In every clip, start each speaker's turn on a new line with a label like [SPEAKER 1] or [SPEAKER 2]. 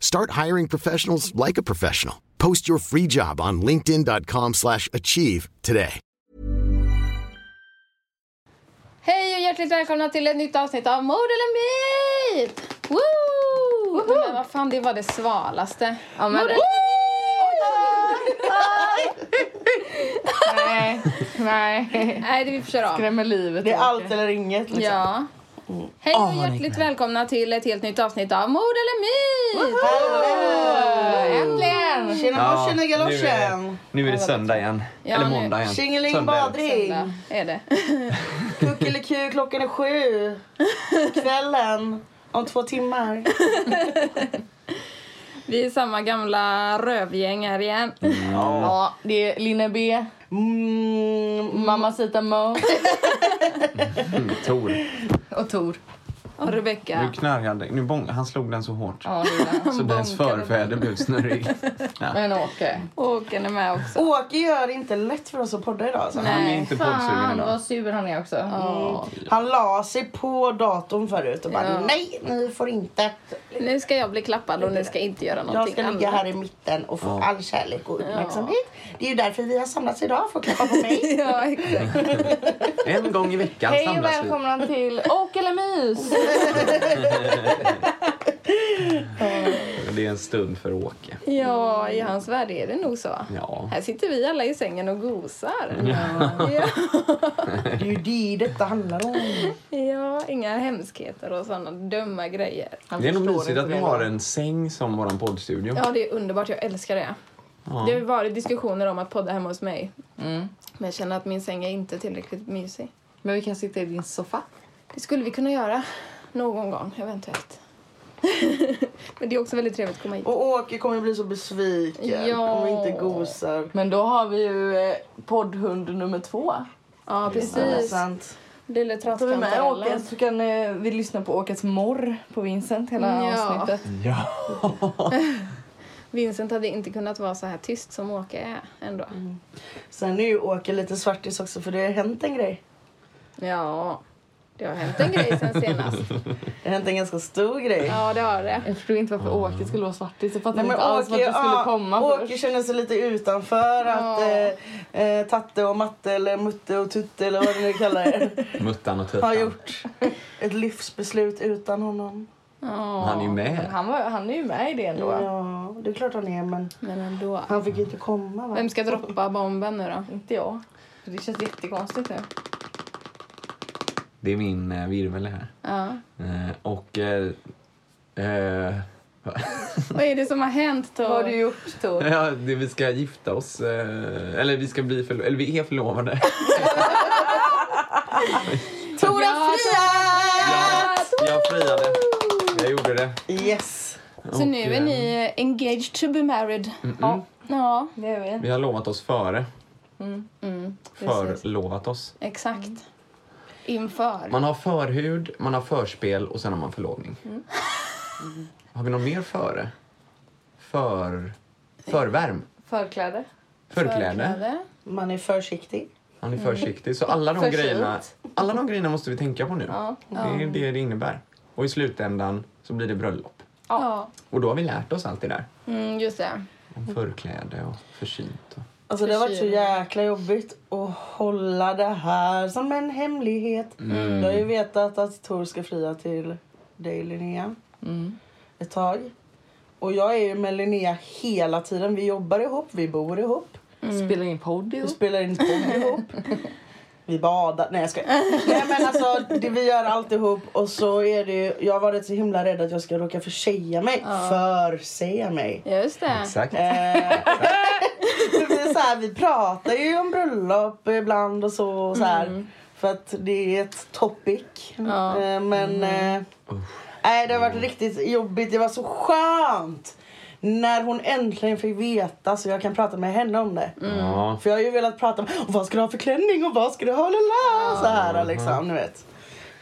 [SPEAKER 1] Start hiring professionals like a professional. Post your free job on linkedin.com/achieve slash achieve today.
[SPEAKER 2] Hej och hjärtligt välkomna till ett nytt avsnitt av Mord eller Myt! Woo! Nej, Men vad fan, det var det svalaste. Ja, men...
[SPEAKER 3] Nej, nej.
[SPEAKER 2] Nej, det vi får köra av. Mm.
[SPEAKER 3] Skrämmer livet
[SPEAKER 4] Det är
[SPEAKER 3] ur
[SPEAKER 4] allt eller inget. Liksom.
[SPEAKER 2] Ja. Hej och hjärtligt välkomna till ett helt nytt avsnitt av Mord eller Myt!
[SPEAKER 3] Äntligen!
[SPEAKER 4] Tjena morsan tjena galoschen!
[SPEAKER 5] Nu är det söndag igen.
[SPEAKER 2] Ja,
[SPEAKER 5] Eller
[SPEAKER 2] nu-
[SPEAKER 5] måndag igen.
[SPEAKER 4] Tjingeling
[SPEAKER 5] Söndag igen.
[SPEAKER 4] badring!
[SPEAKER 2] Söndag Är det.
[SPEAKER 4] Kuckeliku, klockan är sju. Kvällen. Om två timmar.
[SPEAKER 2] Vi är samma gamla rövgäng här igen.
[SPEAKER 3] Ja, det är Linne B,
[SPEAKER 4] Mm,
[SPEAKER 3] Mamacita Mo
[SPEAKER 5] Tor,
[SPEAKER 3] och Tor.
[SPEAKER 2] Och
[SPEAKER 5] nu
[SPEAKER 2] Rebecka.
[SPEAKER 5] knarrade nu bång, Han slog den så hårt.
[SPEAKER 3] Ja, det är det.
[SPEAKER 5] Så dens
[SPEAKER 2] bonkade
[SPEAKER 5] förfäder blev snurrig. Ja.
[SPEAKER 3] Men Åke.
[SPEAKER 2] Håkan är med också.
[SPEAKER 4] Åke gör det inte lätt för oss att podda idag. Alltså.
[SPEAKER 5] Han är
[SPEAKER 2] Nej.
[SPEAKER 5] inte poddsugen
[SPEAKER 3] Fan
[SPEAKER 5] idag.
[SPEAKER 3] vad sur han är också.
[SPEAKER 4] Han la sig på datorn förut och bara
[SPEAKER 2] Ja.
[SPEAKER 4] nej, ni får inte.
[SPEAKER 2] Mm. Nu ska jag bli klappad och ni ska inte göra
[SPEAKER 4] Jag
[SPEAKER 2] någonting
[SPEAKER 4] ska ligga
[SPEAKER 2] annat.
[SPEAKER 4] här i mitten och få all kärlek och uppmärksamhet. Det är ju därför vi har samlats idag, för att klappa på mig.
[SPEAKER 2] Ja, exakt.
[SPEAKER 5] En gång i veckan
[SPEAKER 3] Hej och
[SPEAKER 5] samlas vi.
[SPEAKER 3] välkomna till Åk eller mys!
[SPEAKER 5] Och Det är en stund för Åke.
[SPEAKER 2] Ja, i hans värld är det nog så.
[SPEAKER 5] Ja.
[SPEAKER 2] Här sitter vi alla i sängen och gosar. Ja.
[SPEAKER 4] Det är ju det detta handlar om.
[SPEAKER 2] Ja, inga hemskheter och sådana dumma grejer.
[SPEAKER 5] Det är nog
[SPEAKER 3] förstår
[SPEAKER 5] mysigt
[SPEAKER 3] inte
[SPEAKER 5] att vi
[SPEAKER 3] det.
[SPEAKER 5] har en säng som våran poddstudio.
[SPEAKER 2] Ja, det är underbart. Jag älskar det. Det har ju varit diskussioner om att podda hemma hos mig. Men jag känner att min säng är inte tillräckligt mysig.
[SPEAKER 3] Mm. Men vi kan sitta i din soffa.
[SPEAKER 2] Det skulle vi kunna göra någon gång, eventuellt. Men det är också väldigt trevligt att komma hit.
[SPEAKER 4] Och Åke kommer bli så besviken
[SPEAKER 2] Ja.
[SPEAKER 4] om vi inte gosar.
[SPEAKER 3] Men då har vi ju eh, poddhund nummer två.
[SPEAKER 2] Ja,
[SPEAKER 4] Det är
[SPEAKER 2] precis.
[SPEAKER 4] sant.
[SPEAKER 2] Lille
[SPEAKER 3] Tar vi med Åke
[SPEAKER 2] trattkantarellen.
[SPEAKER 3] så kan eh, vi lyssna på Åkes morr på Vincent hela
[SPEAKER 2] Ja.
[SPEAKER 3] avsnittet.
[SPEAKER 5] Ja.
[SPEAKER 2] Vincent hade inte kunnat vara så här tyst som Åke är ändå.
[SPEAKER 3] Mm.
[SPEAKER 4] Sen är ju Åke lite svartis också för det har hänt en grej.
[SPEAKER 2] Ja, det har hänt en grej sen senast.
[SPEAKER 4] Det har hänt en ganska stor grej.
[SPEAKER 2] Ja, det har det.
[SPEAKER 3] Jag förstår inte varför Åke skulle vara svartis. Jag fattar
[SPEAKER 4] Nej, men
[SPEAKER 3] inte alls vart det
[SPEAKER 4] Åke,
[SPEAKER 3] skulle
[SPEAKER 4] ja,
[SPEAKER 3] komma först.
[SPEAKER 4] Åke känner sig lite utanför att
[SPEAKER 2] Ja.
[SPEAKER 4] eh, eh, Tatte och Matte eller Mutte och Tutte eller vad ni nu kallar er
[SPEAKER 5] Muttan och
[SPEAKER 4] har
[SPEAKER 5] Tuttan.
[SPEAKER 4] gjort ett livsbeslut utan honom.
[SPEAKER 2] Ja.
[SPEAKER 5] Han är ju
[SPEAKER 3] Men
[SPEAKER 5] med.
[SPEAKER 3] Han, var, han är ju med i det ändå.
[SPEAKER 4] Ja, det är klart han är men
[SPEAKER 2] Men ändå.
[SPEAKER 4] han fick ju inte komma va?
[SPEAKER 2] Vem ska droppa bomben nu då?
[SPEAKER 3] Inte jag. För Det känns jättekonstigt nu.
[SPEAKER 5] Det är min eh, virvel här.
[SPEAKER 2] Ja.
[SPEAKER 5] Eh, Och... eh, eh,
[SPEAKER 2] Vad är det som har hänt då?
[SPEAKER 3] Vad har du gjort Tor?
[SPEAKER 5] Ja, det, vi ska gifta oss. eh, Eller vi ska bli förlo- eller vi är förlovade.
[SPEAKER 4] Tora
[SPEAKER 2] Ja,
[SPEAKER 4] Fria!
[SPEAKER 5] Jag friade. Jag gjorde det.
[SPEAKER 4] Yes!
[SPEAKER 2] Så nu är
[SPEAKER 5] eh,
[SPEAKER 2] ni engaged to be married? Ja. Ja,
[SPEAKER 3] Det är vi.
[SPEAKER 5] Vi har lovat oss före.
[SPEAKER 2] precis.
[SPEAKER 5] Förlovat oss.
[SPEAKER 2] Exakt. Inför.
[SPEAKER 3] Mm.
[SPEAKER 5] Man har förhud, man har förspel och sen har man förlovning. Har vi någon mer före? För... Förvärm?
[SPEAKER 3] Förkläde.
[SPEAKER 5] Förkläde?
[SPEAKER 2] Förkläde.
[SPEAKER 4] Man är försiktig.
[SPEAKER 5] Han är försiktig. Så alla de,
[SPEAKER 3] Förkylt.
[SPEAKER 5] grejerna, alla de grejerna måste vi tänka på nu. Det är det det innebär. Och i slutändan så blir det bröllop.
[SPEAKER 2] Ja.
[SPEAKER 5] Och då har vi lärt oss allt det där.
[SPEAKER 2] Mm, just det.
[SPEAKER 5] Om förkläde och försynt. Och...
[SPEAKER 4] Alltså det har varit så jäkla jobbigt att hålla det här som en hemlighet. Jag har ju vetat att Tor ska fria till dig Linnea. Ett tag. Och jag är ju med Linnea hela tiden. Vi jobbar ihop, vi bor ihop.
[SPEAKER 3] Spelar in podd
[SPEAKER 4] Vi
[SPEAKER 6] Mm.
[SPEAKER 3] ihop.
[SPEAKER 4] spelar in podd ihop. Vi badar. Nej jag skojar. Nej men alltså det, vi gör allt ihop och så är det ju. Jag har varit så himla rädd att jag ska råka försäga mig. Försäga mig.
[SPEAKER 2] Just det.
[SPEAKER 5] Exakt.
[SPEAKER 4] Eh, det blir så här, vi pratar ju om bröllop ibland och så. Och så här, För att det är ett topic. Eh, men... Eh, nej, det har varit riktigt jobbigt. Det var så skönt! När hon äntligen fick veta så jag kan prata med henne om det.
[SPEAKER 5] Mm. Ja.
[SPEAKER 4] För jag har ju velat prata om "Och vad ska du ha för klänning och vad ska du ha lala? Så här liksom, ni vet.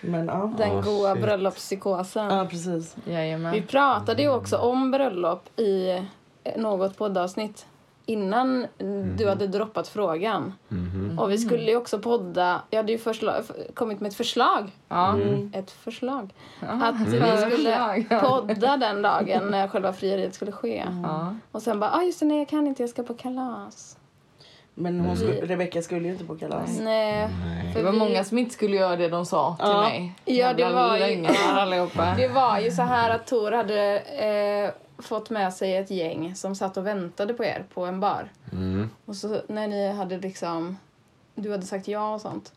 [SPEAKER 4] Men ja.
[SPEAKER 2] Den
[SPEAKER 5] Ah,
[SPEAKER 2] goa
[SPEAKER 5] shit.
[SPEAKER 2] bröllopspsykosen.
[SPEAKER 4] Ja, precis.
[SPEAKER 2] Vi
[SPEAKER 3] Jajamän.
[SPEAKER 2] pratade ju också om bröllop i eh, något poddavsnitt innan du hade droppat frågan. Och vi skulle ju också podda. Jag hade ju försla- f- kommit med ett förslag.
[SPEAKER 3] Ja.
[SPEAKER 2] Ett förslag. Att vi
[SPEAKER 3] Ett
[SPEAKER 2] skulle
[SPEAKER 3] förslag, ja.
[SPEAKER 2] podda den dagen när själva frieriet skulle ske. Och sen bara, ah, just det, nej jag kan inte, jag ska på kalas.
[SPEAKER 4] Men hon skulle, Rebecca skulle ju inte på kalas.
[SPEAKER 2] Mm. Nej. för
[SPEAKER 3] Det var
[SPEAKER 2] vi-
[SPEAKER 3] många som inte skulle göra det de sa till mig.
[SPEAKER 2] Ja,
[SPEAKER 3] Jävla
[SPEAKER 2] det var ju-
[SPEAKER 3] lögner allihopa.
[SPEAKER 2] Det var ju så här att Tor hade eh, fått med sig ett gäng som satt och väntade på er på en bar. Och så när ni hade liksom, du hade sagt ja och sånt.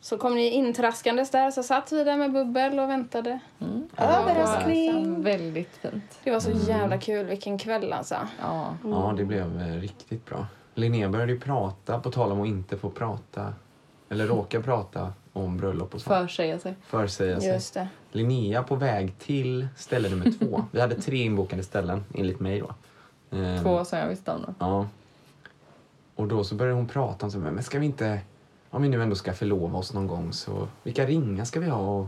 [SPEAKER 2] Så kom ni intraskandes där, så satt vi där med bubbel och väntade.
[SPEAKER 4] Överraskning!
[SPEAKER 3] Väldigt fint.
[SPEAKER 2] Det var så jävla kul, vilken kväll alltså.
[SPEAKER 3] Ja.
[SPEAKER 5] Ja, det blev eh, riktigt bra. Linnea började ju prata, på tal om att inte få prata, eller råka prata om bröllop och sånt.
[SPEAKER 3] Försäga sig.
[SPEAKER 5] Försäga sig.
[SPEAKER 2] Just det.
[SPEAKER 5] Linnea på väg till ställe nummer två. Vi hade tre inbokade ställen, enligt mig då. Ehm,
[SPEAKER 3] Två som jag visste om. då.
[SPEAKER 5] Ja. Och då så började hon prata om så här, men ska vi inte, om vi nu ändå ska förlova oss någon gång så, vilka ringar ska vi ha? Och,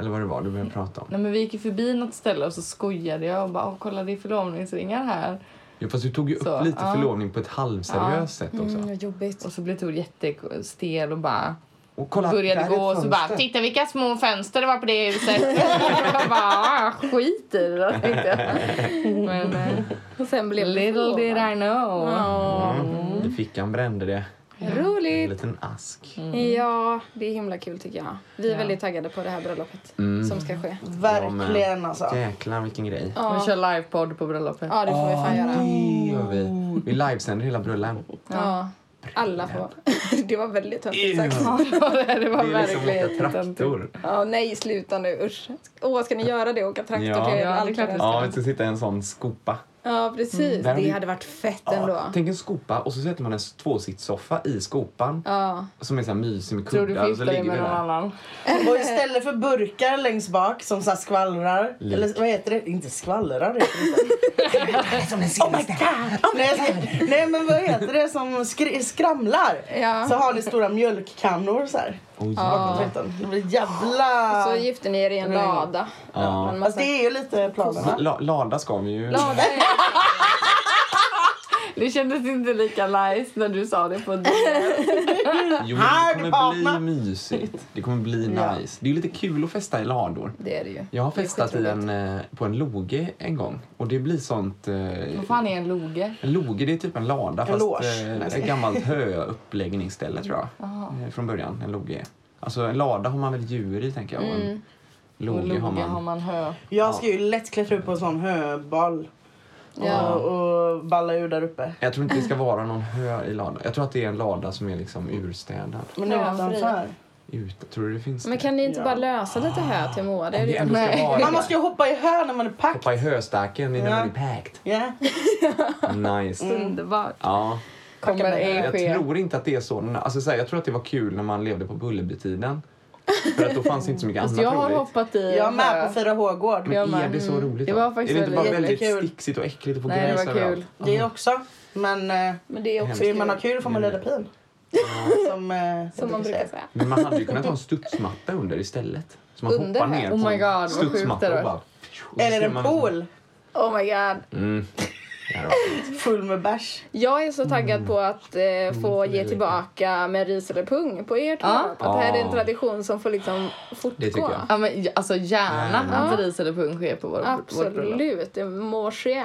[SPEAKER 5] eller vad det var du började prata om.
[SPEAKER 3] Nej, men vi gick ju förbi något ställe och så skojade jag och bara "Åh, kolla det är förlovningsringar här.
[SPEAKER 5] Jo, fast du tog ju upp
[SPEAKER 3] Så,
[SPEAKER 5] lite
[SPEAKER 3] ja. Mm.
[SPEAKER 5] förlovning på ett halvseriöst sätt också.
[SPEAKER 2] jobbigt.
[SPEAKER 3] Och så blev Tor jättestel och bara
[SPEAKER 5] Och kolla,
[SPEAKER 3] började
[SPEAKER 5] där är
[SPEAKER 3] gå
[SPEAKER 5] ett
[SPEAKER 3] och så bara
[SPEAKER 5] fönster.
[SPEAKER 3] titta vilka små fönster det var på det huset. jag bara "Ah, skit i det då, tänkte jag. Men eh,
[SPEAKER 2] Och sen blev det
[SPEAKER 3] little did
[SPEAKER 2] förlovad.
[SPEAKER 3] I know.
[SPEAKER 5] Mm. I fickan brände det. En
[SPEAKER 2] Mm. Roligt!
[SPEAKER 5] liten ask.
[SPEAKER 2] Mm. Ja, det är himla kul tycker jag. Vi är väldigt taggade på det här bröllopet som ska ske.
[SPEAKER 4] Verkligen alltså.
[SPEAKER 5] Jäklar vilken grej.
[SPEAKER 3] Vi kör livepodd på bröllopet.
[SPEAKER 2] Ja, det får vi fan göra.
[SPEAKER 5] Det gör vi. Vi livesänder hela bröllen.
[SPEAKER 2] Ja. Alla får. det var väldigt töntigt
[SPEAKER 5] Ew.
[SPEAKER 2] sagt. Ja, det var
[SPEAKER 5] Det är liksom
[SPEAKER 2] verkligen
[SPEAKER 5] åka
[SPEAKER 2] jättetöntigt.
[SPEAKER 5] traktor.
[SPEAKER 2] Ja, nej, sluta nu. Usch. Åh, ska ni göra det? Åka traktor?
[SPEAKER 5] Ja.
[SPEAKER 2] till
[SPEAKER 5] Ja,
[SPEAKER 3] det är
[SPEAKER 2] allt
[SPEAKER 3] klart vi
[SPEAKER 2] vad-
[SPEAKER 5] Ja, vi ska sitta i en sån skopa.
[SPEAKER 2] ja, precis.
[SPEAKER 4] Mm.
[SPEAKER 5] Där har
[SPEAKER 2] Det
[SPEAKER 5] vi-
[SPEAKER 2] hade varit fett ändå.
[SPEAKER 5] Tänk en skopa och så sätter man en s- tvåsitssoffa i skopan.
[SPEAKER 2] Ja.
[SPEAKER 5] Som är så här mysig med
[SPEAKER 3] Tror du
[SPEAKER 5] kuddar. och så
[SPEAKER 3] flyttar dig
[SPEAKER 5] ligger vi
[SPEAKER 3] med någon
[SPEAKER 5] där.
[SPEAKER 3] annan?
[SPEAKER 4] Och istället för burkar längst bak som så här skvallrar.
[SPEAKER 5] Lik.
[SPEAKER 4] Eller vad heter det? Inte skvallrar heter det inte. oh my god! nej, så- nej men vad heter det som skri- skramlar?
[SPEAKER 2] Ja.
[SPEAKER 4] Så har ni stora mjölkkannor så här.
[SPEAKER 5] Oh, jävlar.
[SPEAKER 4] Utan- Det blir jävla...
[SPEAKER 2] Så gifte ni er i en lada.
[SPEAKER 5] Ja.
[SPEAKER 2] En
[SPEAKER 4] Alltså,
[SPEAKER 2] massa...
[SPEAKER 4] det är ju lite planen. va?
[SPEAKER 5] La, lada ska vi ju.
[SPEAKER 2] Lada är...
[SPEAKER 3] Det kändes inte lika nice när du sa det på DM.
[SPEAKER 5] Jo,
[SPEAKER 4] Här,
[SPEAKER 5] men det kommer
[SPEAKER 4] mamma.
[SPEAKER 5] bli mysigt. Det kommer bli nice. Det är ju lite kul att festa i lador.
[SPEAKER 2] Det är det ju.
[SPEAKER 5] Jag har festat i en, eh, på en loge en gång och det blir sånt... Eh,
[SPEAKER 3] Vad fan är en loge?
[SPEAKER 5] en loge det är typ en lada fast
[SPEAKER 4] loge.
[SPEAKER 5] eh, ett gammalt höuppläggningsställe tror jag. Eh, från början, en loge. Alltså en lada har man väl djur i tänker jag och en
[SPEAKER 3] Och
[SPEAKER 5] loge
[SPEAKER 3] loge
[SPEAKER 5] har man...
[SPEAKER 3] hö.
[SPEAKER 4] Jag ska ju lätt klättra upp på en sån höball.
[SPEAKER 2] Ja.
[SPEAKER 4] Och, och balla ur där uppe.
[SPEAKER 5] Jag tror inte det ska vara någon hö i ladan. Jag tror att det är en lada som är liksom urstädad.
[SPEAKER 4] Men
[SPEAKER 2] Ja,
[SPEAKER 4] utanför.
[SPEAKER 5] Ut, tror du det finns
[SPEAKER 2] Men
[SPEAKER 5] det?
[SPEAKER 2] kan ni inte
[SPEAKER 4] Ja.
[SPEAKER 2] bara lösa lite här till Moa? Det är
[SPEAKER 5] Om
[SPEAKER 2] ju
[SPEAKER 5] det ändå ska vara
[SPEAKER 4] Man måste ju hoppa i hö när man är pack.
[SPEAKER 5] Hoppa i höstacken innan
[SPEAKER 4] Ja.
[SPEAKER 5] man är packed.
[SPEAKER 4] Ja.
[SPEAKER 5] Nice.
[SPEAKER 6] Mm.
[SPEAKER 3] Underbart.
[SPEAKER 5] Ja.
[SPEAKER 3] Kommer ej
[SPEAKER 5] Jag
[SPEAKER 3] ske.
[SPEAKER 5] tror inte att det är så. Alltså, så här, jag tror att det var kul när man levde på Bullerbytiden. För att då fanns det inte så mycket annat
[SPEAKER 3] Fast jag har
[SPEAKER 5] roligt.
[SPEAKER 3] hoppat i
[SPEAKER 4] Jag är
[SPEAKER 3] hö.
[SPEAKER 4] med på 4H-gård.
[SPEAKER 5] Men
[SPEAKER 3] jag
[SPEAKER 5] är
[SPEAKER 3] med.
[SPEAKER 5] det så roligt
[SPEAKER 3] Mm. Det
[SPEAKER 5] då?
[SPEAKER 3] var faktiskt
[SPEAKER 5] Är det inte bara
[SPEAKER 3] väldigt
[SPEAKER 5] väldigt
[SPEAKER 4] kul.
[SPEAKER 5] stixigt och äckligt att få
[SPEAKER 3] Nej, det
[SPEAKER 5] grus
[SPEAKER 3] var
[SPEAKER 5] överallt?
[SPEAKER 3] kul.
[SPEAKER 4] Det också. Men eh,
[SPEAKER 2] Men det är också
[SPEAKER 4] vill
[SPEAKER 2] kul,
[SPEAKER 4] man ha kul får man leda pin. Som, eh,
[SPEAKER 2] som man brukar säga.
[SPEAKER 5] Men man hade ju kunnat ha en studsmatta under istället. Så man
[SPEAKER 2] Under
[SPEAKER 5] hoppar
[SPEAKER 2] här?
[SPEAKER 5] ner
[SPEAKER 3] Oh
[SPEAKER 5] på
[SPEAKER 3] my
[SPEAKER 5] en
[SPEAKER 3] God, vad sjukt
[SPEAKER 5] studsmatta
[SPEAKER 3] det var.
[SPEAKER 5] och bara... och så
[SPEAKER 4] Eller
[SPEAKER 5] ser
[SPEAKER 4] en
[SPEAKER 5] man-
[SPEAKER 4] pool
[SPEAKER 2] Oh my god.
[SPEAKER 5] Ja, då.
[SPEAKER 4] full med bärs.
[SPEAKER 2] Jag är så
[SPEAKER 4] Mm.
[SPEAKER 2] taggad på att eh, få ge tillbaka med ris eller pung på ert bröllop. Att det här är en
[SPEAKER 5] Ah.
[SPEAKER 2] tradition som får liksom fortgå.
[SPEAKER 5] Det tycker jag.
[SPEAKER 3] Ja, men, j- alltså gärna
[SPEAKER 5] Nej.
[SPEAKER 3] att ris eller pung sker på vår, vårt bröllop.
[SPEAKER 2] Absolut, det må ske.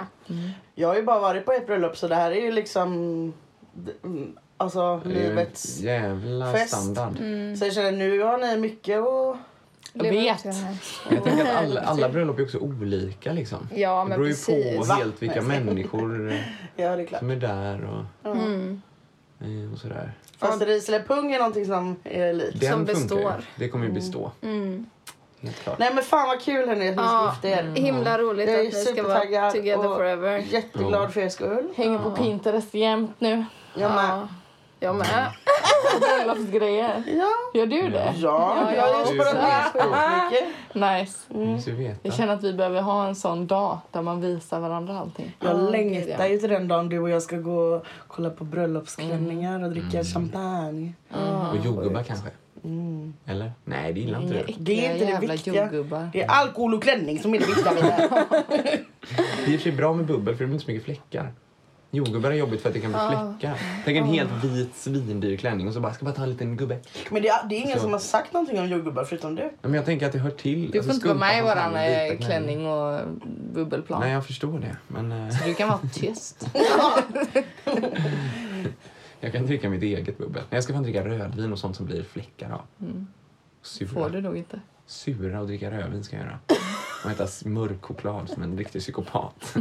[SPEAKER 4] Jag har ju bara varit på ett bröllop så det här är ju liksom d- mm, alltså
[SPEAKER 5] Det är ju
[SPEAKER 4] livets...
[SPEAKER 5] Jävla
[SPEAKER 4] fest.
[SPEAKER 5] standard.
[SPEAKER 3] Mm.
[SPEAKER 2] Mm.
[SPEAKER 4] Så jag känner nu har ni mycket och
[SPEAKER 3] Jag vet.
[SPEAKER 5] Jag tänker att alla, alla bröllop är också olika liksom.
[SPEAKER 2] Ja, men
[SPEAKER 5] det beror ju
[SPEAKER 2] precis.
[SPEAKER 5] på helt vilka människor eh,
[SPEAKER 4] Ja det är klart.
[SPEAKER 5] som är där och... Eh, och sådär.
[SPEAKER 4] Fast ris eller pung är någonting som är likt.
[SPEAKER 5] Den funkar ju.
[SPEAKER 2] består.
[SPEAKER 5] Det kommer ju
[SPEAKER 3] Mm.
[SPEAKER 5] bestå. Mm. Helt klart.
[SPEAKER 4] Nej men fan vad kul hörni att ni ska
[SPEAKER 2] Ja, Mm.
[SPEAKER 4] gifta er.
[SPEAKER 2] himla roligt
[SPEAKER 4] Mm. Jag är
[SPEAKER 2] att ni ska vara
[SPEAKER 4] supertaggad
[SPEAKER 2] together
[SPEAKER 4] och
[SPEAKER 2] forever.
[SPEAKER 4] jätteglad för er skull.
[SPEAKER 3] Hänger på Pinterest jämt nu.
[SPEAKER 4] Jag med.
[SPEAKER 2] Ja, jag med.
[SPEAKER 3] Bröllopsgrejer.
[SPEAKER 4] Ja.
[SPEAKER 3] Gör du det?
[SPEAKER 4] Ja, jag har ju
[SPEAKER 5] jag
[SPEAKER 4] sparat ner
[SPEAKER 5] också.
[SPEAKER 4] skitmycket.
[SPEAKER 3] Nice.
[SPEAKER 5] Du måste ju veta.
[SPEAKER 3] Jag känner att vi behöver ha en sån dag där man visar varandra allting.
[SPEAKER 4] Jag längtar ju till den dagen du och jag ska gå och kolla på bröllopsklänningar
[SPEAKER 3] Mm.
[SPEAKER 4] och dricka champagne.
[SPEAKER 5] Och jordgubbar kanske?
[SPEAKER 3] Mm.
[SPEAKER 5] Eller? Nej, det gillar inte du.
[SPEAKER 4] Det är inte det
[SPEAKER 3] jävla
[SPEAKER 4] viktiga.
[SPEAKER 3] jordgubbar.
[SPEAKER 4] Det är alkohol och klänning som är det viktiga. Vidar.
[SPEAKER 5] Det är i och för sig bra med bubbel för det blir inte så mycket fläckar. Jordgubbar är jobbigt för att det kan bli fläckar. Tänk en helt vit svindyr klänning och så bara, ska bara ta en liten gubbe.
[SPEAKER 4] Men det är, det är ingen
[SPEAKER 5] Så.
[SPEAKER 4] som har sagt någonting om jordgubbar förutom du.
[SPEAKER 5] Ja, Men jag tänker att det hör till. Alltså,
[SPEAKER 3] Du får inte vara med i våran eh,
[SPEAKER 5] våran
[SPEAKER 3] klänning och bubbelplan.
[SPEAKER 5] Nej, jag förstår det. Men eh,
[SPEAKER 3] Du kan vara tyst.
[SPEAKER 5] jag kan dricka mitt eget bubbel. Men jag ska fan dricka rödvin och sånt som blir fläckar av. Sura.
[SPEAKER 3] Mm. får du nog inte.
[SPEAKER 5] Sura och dricka rödvin ska jag göra. Och äta s- mörk choklad som en riktig psykopat.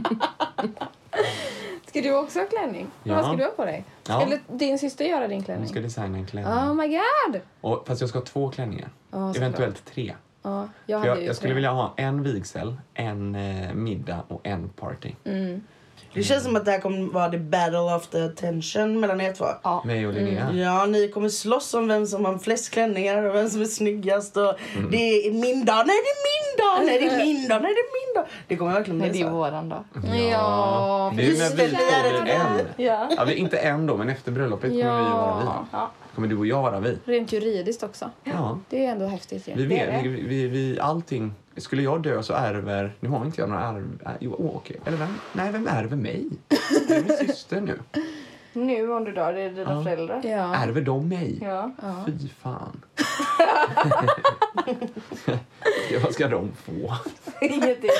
[SPEAKER 2] Ska du också ha klänning?
[SPEAKER 5] Ja.
[SPEAKER 2] Vad ska du ha på dig?
[SPEAKER 5] Ja.
[SPEAKER 2] Eller din syster göra din klänning?
[SPEAKER 5] Hon ska designa en klänning.
[SPEAKER 2] Oh my god!
[SPEAKER 5] Och, fast jag ska ha två klänningar.
[SPEAKER 2] såklart.
[SPEAKER 5] Eventuellt tre.
[SPEAKER 2] Ja, jag, hade
[SPEAKER 5] För jag,
[SPEAKER 2] ju
[SPEAKER 5] jag skulle
[SPEAKER 2] tre.
[SPEAKER 5] vilja ha en vigsel, en eh, middag och en party.
[SPEAKER 2] Mm.
[SPEAKER 4] Det känns som att det här kommer vara the battle of the tension mellan er två.
[SPEAKER 5] Mig och Linnea.
[SPEAKER 4] Ja, ni kommer slåss om vem som har flest klänningar och vem som är snyggast. Och Det är min dag, nej det är min dag, nej det är min dag, nej det är min dag. Det kommer verkligen
[SPEAKER 3] Men det
[SPEAKER 4] bli
[SPEAKER 3] är
[SPEAKER 4] så.
[SPEAKER 3] våran dag.
[SPEAKER 2] Ja,
[SPEAKER 5] det är när
[SPEAKER 4] precis.
[SPEAKER 5] vi
[SPEAKER 4] Vi är
[SPEAKER 5] kommer en.
[SPEAKER 2] Ja.
[SPEAKER 5] Ja, vi är inte en då, men efter bröllopet kommer vi att vara
[SPEAKER 2] Ja.
[SPEAKER 5] vi. Kommer du och jag vara vi.
[SPEAKER 2] Rent juridiskt också.
[SPEAKER 5] Ja.
[SPEAKER 2] Det är ändå häftigt ju.
[SPEAKER 5] Vi,
[SPEAKER 2] Det är
[SPEAKER 5] vet,
[SPEAKER 2] det.
[SPEAKER 5] vi, vi, vi, allting. Skulle jag dö så ärver... Nu har inte jag några ärv... Äh, jo, åh, okej. Eller vem? Nej, vem ärver mig? Det är min syster nu.
[SPEAKER 3] Nu om du dör, det är dina föräldrar.
[SPEAKER 2] Ja.
[SPEAKER 5] Ärver de mig?
[SPEAKER 3] Ja.
[SPEAKER 5] Fy fan. ja, vad ska de få?
[SPEAKER 3] Ingenting.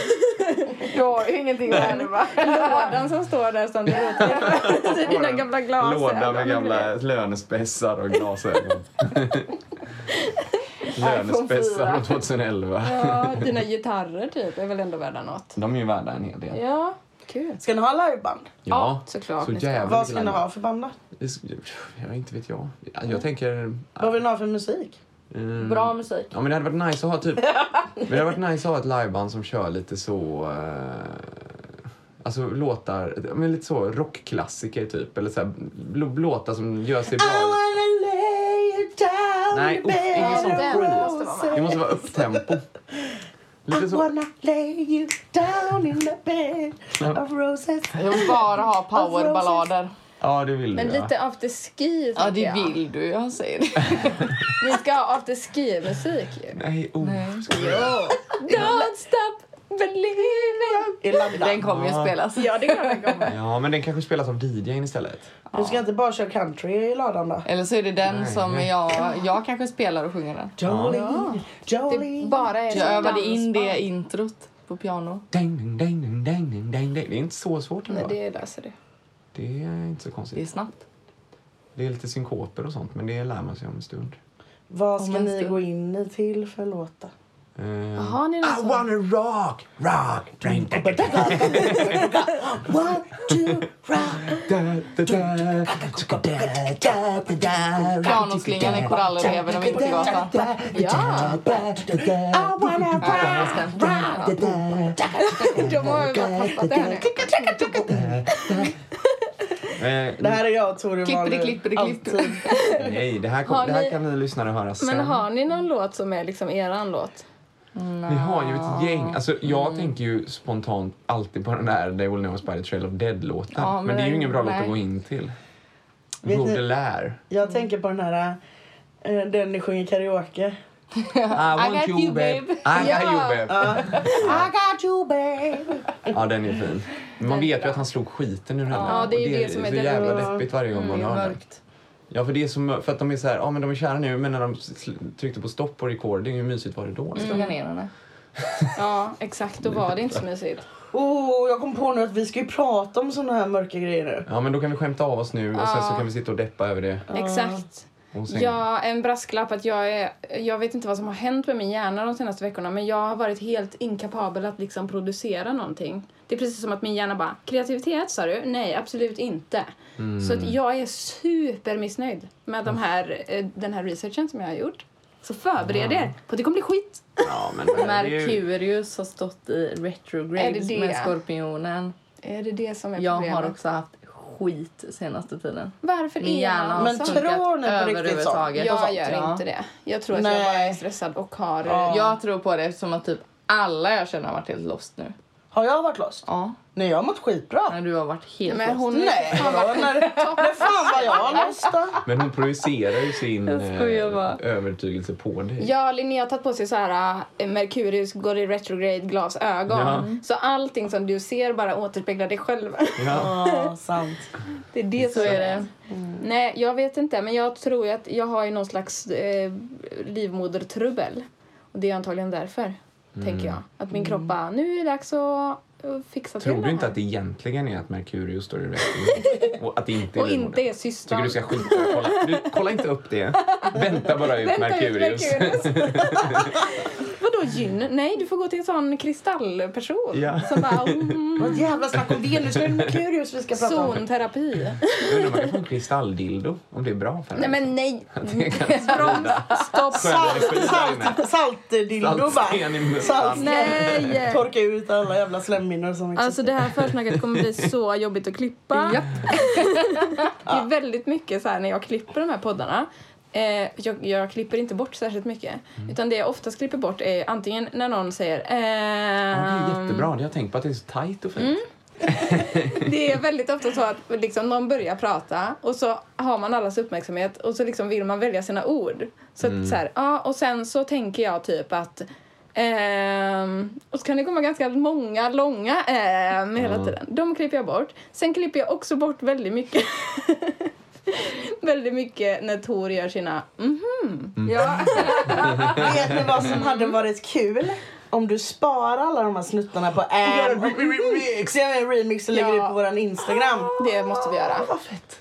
[SPEAKER 3] Du har ju ingenting att ärva.
[SPEAKER 2] Lådan som står där som du råkar i dina gamla glasögon.
[SPEAKER 5] Låda med gamla lönespessar och glasögon. lönespessar från 2011.
[SPEAKER 2] Ja, dina gitarrer typ är väl ändå värda något.
[SPEAKER 5] De är ju värda en hel del. Ja,
[SPEAKER 2] Ja, kul.
[SPEAKER 4] Ska ni ha liveband?
[SPEAKER 2] såklart
[SPEAKER 5] Så
[SPEAKER 2] ni ska.
[SPEAKER 5] jävla
[SPEAKER 4] Vad ska ni ha för band då?
[SPEAKER 5] Jag inte vet jag. Jag
[SPEAKER 4] Mm.
[SPEAKER 5] tänker...
[SPEAKER 4] Vad vill ni ha för musik?
[SPEAKER 5] Mm.
[SPEAKER 3] Bra musik.
[SPEAKER 5] Ja, men det hade varit nice att ha typ... men det hade varit nice att ha ett liveband som kör lite så... Eh, alltså låtar, men lite så rockklassiker typ. Eller så här, lo- låtar som gör sig
[SPEAKER 4] I
[SPEAKER 5] bra.
[SPEAKER 4] wanna lay you down
[SPEAKER 5] Nej,
[SPEAKER 4] in
[SPEAKER 5] usch,
[SPEAKER 4] bed
[SPEAKER 5] ingen sån
[SPEAKER 4] of
[SPEAKER 3] skit.
[SPEAKER 4] roses.
[SPEAKER 5] Det måste vara upptempo. Lite
[SPEAKER 4] I
[SPEAKER 5] så...
[SPEAKER 4] wanna lay you down in the bed of roses.
[SPEAKER 3] Jag vill bara ha
[SPEAKER 2] Alltså,
[SPEAKER 3] powerballader.
[SPEAKER 5] Ja, det vill
[SPEAKER 2] Men
[SPEAKER 5] du ja.
[SPEAKER 2] lite afterski
[SPEAKER 3] Ja,
[SPEAKER 2] tänker
[SPEAKER 3] det
[SPEAKER 2] jag.
[SPEAKER 3] vill du. Jag säger det.
[SPEAKER 2] Ni ska ha afterski-musik ju.
[SPEAKER 5] Nej, oh. Ska vi...
[SPEAKER 2] Don't stop believing.
[SPEAKER 4] Är laddad.
[SPEAKER 3] Den kommer ju spelas.
[SPEAKER 2] Ja, det är klart den kommer.
[SPEAKER 5] Ja, men den kanske spelas av DJn istället.
[SPEAKER 4] Du ska inte bara köra country i ladan då?
[SPEAKER 3] Eller så är det den
[SPEAKER 5] Nej.
[SPEAKER 3] som jag... Jag kanske spelar och sjunger den.
[SPEAKER 4] Jolene, Jolene.
[SPEAKER 2] Bara är
[SPEAKER 3] Jag övade in det introt på piano.
[SPEAKER 5] Dang, ding, ding, ding, dang, ding, dang, dang. Det är inte så svårt ändå.
[SPEAKER 2] Nej,
[SPEAKER 5] det...
[SPEAKER 2] det löser det.
[SPEAKER 5] är inte så
[SPEAKER 3] Det är
[SPEAKER 5] konstigt.
[SPEAKER 3] snabbt.
[SPEAKER 5] Det är lite synkoper och sånt, men det lär man sig om en stund.
[SPEAKER 4] Vad ska
[SPEAKER 3] en
[SPEAKER 4] ni
[SPEAKER 3] stund.
[SPEAKER 4] gå in i till för låta?
[SPEAKER 5] Eh,
[SPEAKER 2] Har ni någon
[SPEAKER 5] I
[SPEAKER 2] sån?
[SPEAKER 5] wanna rock, rock. Dang, dang, dang,
[SPEAKER 4] One, two, rock.
[SPEAKER 5] da, da, da.
[SPEAKER 3] Pianoslingan i korallreven och Vintergatan.
[SPEAKER 2] Ja,
[SPEAKER 4] I wanna rock.
[SPEAKER 2] de har ju
[SPEAKER 3] Oh
[SPEAKER 2] bara tappat det här nu.
[SPEAKER 5] Eh,
[SPEAKER 4] Det här är jag och Tori
[SPEAKER 3] Klipp,
[SPEAKER 4] Wahlund.
[SPEAKER 3] klipp, klipp.
[SPEAKER 4] Alltid.
[SPEAKER 5] Nej, det här, kom,
[SPEAKER 2] Har
[SPEAKER 5] det här
[SPEAKER 2] ni-
[SPEAKER 5] kan ni lyssnare höra sen.
[SPEAKER 2] Men har ni någon låt som är liksom eran låt?
[SPEAKER 5] Vi har ju
[SPEAKER 2] Ah.
[SPEAKER 5] ett gäng. Alltså, jag
[SPEAKER 2] Mm.
[SPEAKER 5] tänker ju spontant alltid på den där They Will Know Us By The Trail of Dead-låten.
[SPEAKER 3] Ja,
[SPEAKER 5] men,
[SPEAKER 3] men
[SPEAKER 5] det är ju
[SPEAKER 3] den-
[SPEAKER 5] ingen bra låt att
[SPEAKER 3] nej.
[SPEAKER 5] gå in till.
[SPEAKER 4] Vet
[SPEAKER 5] Borde
[SPEAKER 4] ni-
[SPEAKER 5] lär.
[SPEAKER 4] Jag tänker på den här, eh, den ni sjunger karaoke.
[SPEAKER 5] I
[SPEAKER 3] got you, babe.
[SPEAKER 5] I got you
[SPEAKER 2] Ja.
[SPEAKER 5] babe.
[SPEAKER 4] I got you baby.
[SPEAKER 5] Ja, den är fin. Man vet ju att han slog skiten ur henne.
[SPEAKER 2] Ja, det är ju
[SPEAKER 5] Och
[SPEAKER 2] det som Mm, är
[SPEAKER 5] så
[SPEAKER 2] det
[SPEAKER 5] jävla
[SPEAKER 2] roliga.
[SPEAKER 5] deppigt varje gång man hör den. Ja, för det är som, för att de är så här, ja men de är kära nu, men när de sl- tryckte på stopp på recording, hur mysigt var det då? liksom?
[SPEAKER 3] Slog
[SPEAKER 2] Mm.
[SPEAKER 3] jag ner henne?
[SPEAKER 2] Ja, exakt. Då var det inte så mysigt.
[SPEAKER 4] Oh, jag kom på nu att vi ska ju prata om såna här mörka grejer nu.
[SPEAKER 5] Ja, men då kan vi skämta av oss nu och sen så kan vi sitta och deppa över det.
[SPEAKER 2] Exakt.
[SPEAKER 5] Och sen,
[SPEAKER 2] Ja, en brasklapp att jag är... Jag vet inte vad som har hänt med min hjärna de senaste veckorna men jag har varit helt inkapabel att liksom producera någonting. Det är precis som att min hjärna bara, kreativitet sa du? Nej, absolut inte.
[SPEAKER 6] Mm.
[SPEAKER 2] Så att jag är supermissnöjd med de här, eh, den här researchen som jag har gjort. Så förbered er på att det kommer bli skit.
[SPEAKER 5] ja, men det är ju,
[SPEAKER 6] Merkurius har stått i
[SPEAKER 2] Är det
[SPEAKER 6] retrogrades
[SPEAKER 2] det?
[SPEAKER 6] med skorpionen.
[SPEAKER 2] Är det det som är
[SPEAKER 6] Jag
[SPEAKER 2] problemet?
[SPEAKER 6] har också haft skit senaste tiden.
[SPEAKER 2] Varför
[SPEAKER 6] Min
[SPEAKER 2] är
[SPEAKER 6] hjärna har
[SPEAKER 2] jag
[SPEAKER 4] Men
[SPEAKER 2] sån?
[SPEAKER 6] sunkat
[SPEAKER 4] tror ni på riktigt
[SPEAKER 6] överhuvudtaget.
[SPEAKER 2] Jag gör
[SPEAKER 6] Ja.
[SPEAKER 2] inte det. Jag tror att jag
[SPEAKER 4] Nej.
[SPEAKER 2] bara är stressad och har...
[SPEAKER 6] Jag tror på det som att typ alla jag känner har varit helt lost nu.
[SPEAKER 4] Har jag varit lost?
[SPEAKER 6] Ja.
[SPEAKER 4] Nej, jag har mått skitbra.
[SPEAKER 6] När du har varit helt
[SPEAKER 2] Men
[SPEAKER 6] lost.
[SPEAKER 2] hon
[SPEAKER 4] Nej,
[SPEAKER 2] Fan, vad
[SPEAKER 4] vadå? När- när fan var jag lost då?
[SPEAKER 5] men hon projicerar ju sin
[SPEAKER 6] skojar bara.
[SPEAKER 5] eh, övertygelse på dig.
[SPEAKER 2] Ja, Linnea har tagit på sig så här eh, Merkurius går i retrograde glasögon. Mm.
[SPEAKER 5] Ja.
[SPEAKER 2] Så allting som du ser bara återspeglar dig själv.
[SPEAKER 5] Ja.
[SPEAKER 4] Ja, sant.
[SPEAKER 2] Det är det så är det.
[SPEAKER 5] Mm.
[SPEAKER 2] Nej, jag vet inte, men jag tror ju att jag har ju någon slags eh, livmodertrubbel. Och det är antagligen därför,
[SPEAKER 5] Mm.
[SPEAKER 2] tänker jag. Att min kropp bara, nu är det dags att eh, fixa till det
[SPEAKER 5] Tror du inte
[SPEAKER 2] här.
[SPEAKER 5] att det egentligen är att Merkurius står i vägen? Och att det inte är
[SPEAKER 2] Och
[SPEAKER 5] livmodern?
[SPEAKER 2] inte är
[SPEAKER 5] tycker
[SPEAKER 2] systern.
[SPEAKER 5] du ska skita i- kolla. Du, kolla inte upp det. Vänta bara ut
[SPEAKER 2] Vänta,
[SPEAKER 5] Merkurius.
[SPEAKER 2] Vadå gyn? Nej, du får gå till en sån kristallperson.
[SPEAKER 5] Ja.
[SPEAKER 2] Som bara, mm,
[SPEAKER 4] Vad jävla snack om det nu? Så är det Merkurius vi ska prata om.
[SPEAKER 2] zonterapi.
[SPEAKER 5] Jag undrar om man kan få en kristalldildo, om det är bra för
[SPEAKER 2] Nej, men nej.
[SPEAKER 5] Det kan
[SPEAKER 2] Broms, stopp.
[SPEAKER 4] Salt,
[SPEAKER 5] Skönare skit där inne.
[SPEAKER 4] salt, saltdildo
[SPEAKER 5] Saltsten i munnen.
[SPEAKER 4] bara. Salt,
[SPEAKER 2] Nej!
[SPEAKER 4] Torka ut alla jävla slemminnor som
[SPEAKER 2] Alltså det här försnacket kommer bli så jobbigt att klippa. det är väldigt mycket så här när jag klipper de här poddarna. Eh, jag, jag klipper inte bort särskilt mycket. Utan det jag oftast klipper bort är antingen när någon säger
[SPEAKER 5] Mm. Ja, det
[SPEAKER 2] ehm,
[SPEAKER 5] är jättebra. Jag har tänkt på att det är så tajt och fint.
[SPEAKER 2] Mm. Det är väldigt ofta så att liksom någon börjar prata och så har man allas uppmärksamhet och så liksom vill man välja sina ord. Så,
[SPEAKER 5] Mm.
[SPEAKER 2] att, så här, ja, och sen så tänker jag typ att ehm, och så kan det komma ganska många långa ehm hela tiden. De klipper jag bort. Sen klipper jag också bort väldigt mycket väldigt mycket när Tor gör sina mhm. Ja.
[SPEAKER 4] Vet ni vad som hade varit kul? Om du sparar alla de här snuttarna på Am och remix. Gör en remix och lägger
[SPEAKER 2] Ja.
[SPEAKER 4] ut på våran Instagram.
[SPEAKER 2] Det måste vi
[SPEAKER 5] Ah,
[SPEAKER 2] göra.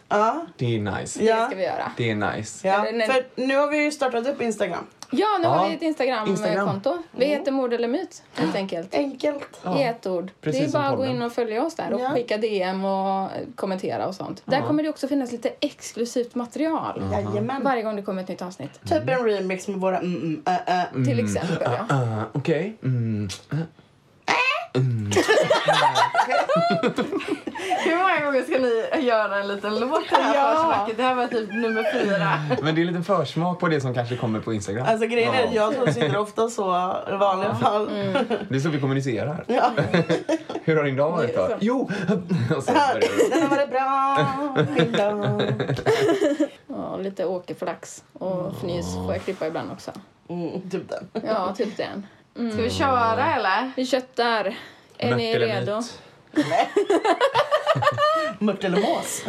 [SPEAKER 4] Ja,
[SPEAKER 5] Det är nice.
[SPEAKER 2] Det
[SPEAKER 4] ja,
[SPEAKER 2] ska vi göra.
[SPEAKER 5] Det är nice.
[SPEAKER 4] ja.
[SPEAKER 2] Eller när-
[SPEAKER 4] För nu har vi ju startat upp Instagram.
[SPEAKER 2] Ja, nu har
[SPEAKER 5] Ja.
[SPEAKER 2] vi ett Instagram-
[SPEAKER 5] Instagram.
[SPEAKER 2] Instagram-konto. Vi heter Mord eller myt, helt enkelt.
[SPEAKER 4] Enkelt.
[SPEAKER 2] I ett ord.
[SPEAKER 5] precis
[SPEAKER 2] det är
[SPEAKER 5] som
[SPEAKER 2] bara att gå
[SPEAKER 5] podden.
[SPEAKER 2] in och följa oss där och
[SPEAKER 4] Ja.
[SPEAKER 2] skicka DM och kommentera och sånt. Där kommer det också finnas lite exklusivt material. Mm.
[SPEAKER 4] Jajamän.
[SPEAKER 2] Varje gång det kommer ett nytt avsnitt.
[SPEAKER 4] Typ en remix med våra mm, mm, äh, äh.
[SPEAKER 2] Till exempel ja.
[SPEAKER 5] Ah, Okej. Mm.
[SPEAKER 6] Hur många gånger ska ni göra en liten låt till det här försnacket? Det här var typ nummer fyra.
[SPEAKER 5] Men det är en liten försmak på det som kanske kommer på Instagram.
[SPEAKER 4] Alltså grejen är att jag tror sitter ofta så i vanliga fall.
[SPEAKER 6] Mm.
[SPEAKER 5] Det är så vi kommunicerar. Hur har din dag varit då? Jo! Och så börjar det.
[SPEAKER 4] Den har varit bra, min dag.
[SPEAKER 2] ja lite åkerflax och fnys får jag klippa ibland också.
[SPEAKER 4] Mm, typ den.
[SPEAKER 2] Ja, typ den.
[SPEAKER 6] Ska vi köra eller?
[SPEAKER 2] Vi köttar. Är ni
[SPEAKER 5] Mört eller
[SPEAKER 2] redo?
[SPEAKER 5] myt?
[SPEAKER 4] Mört eller mås?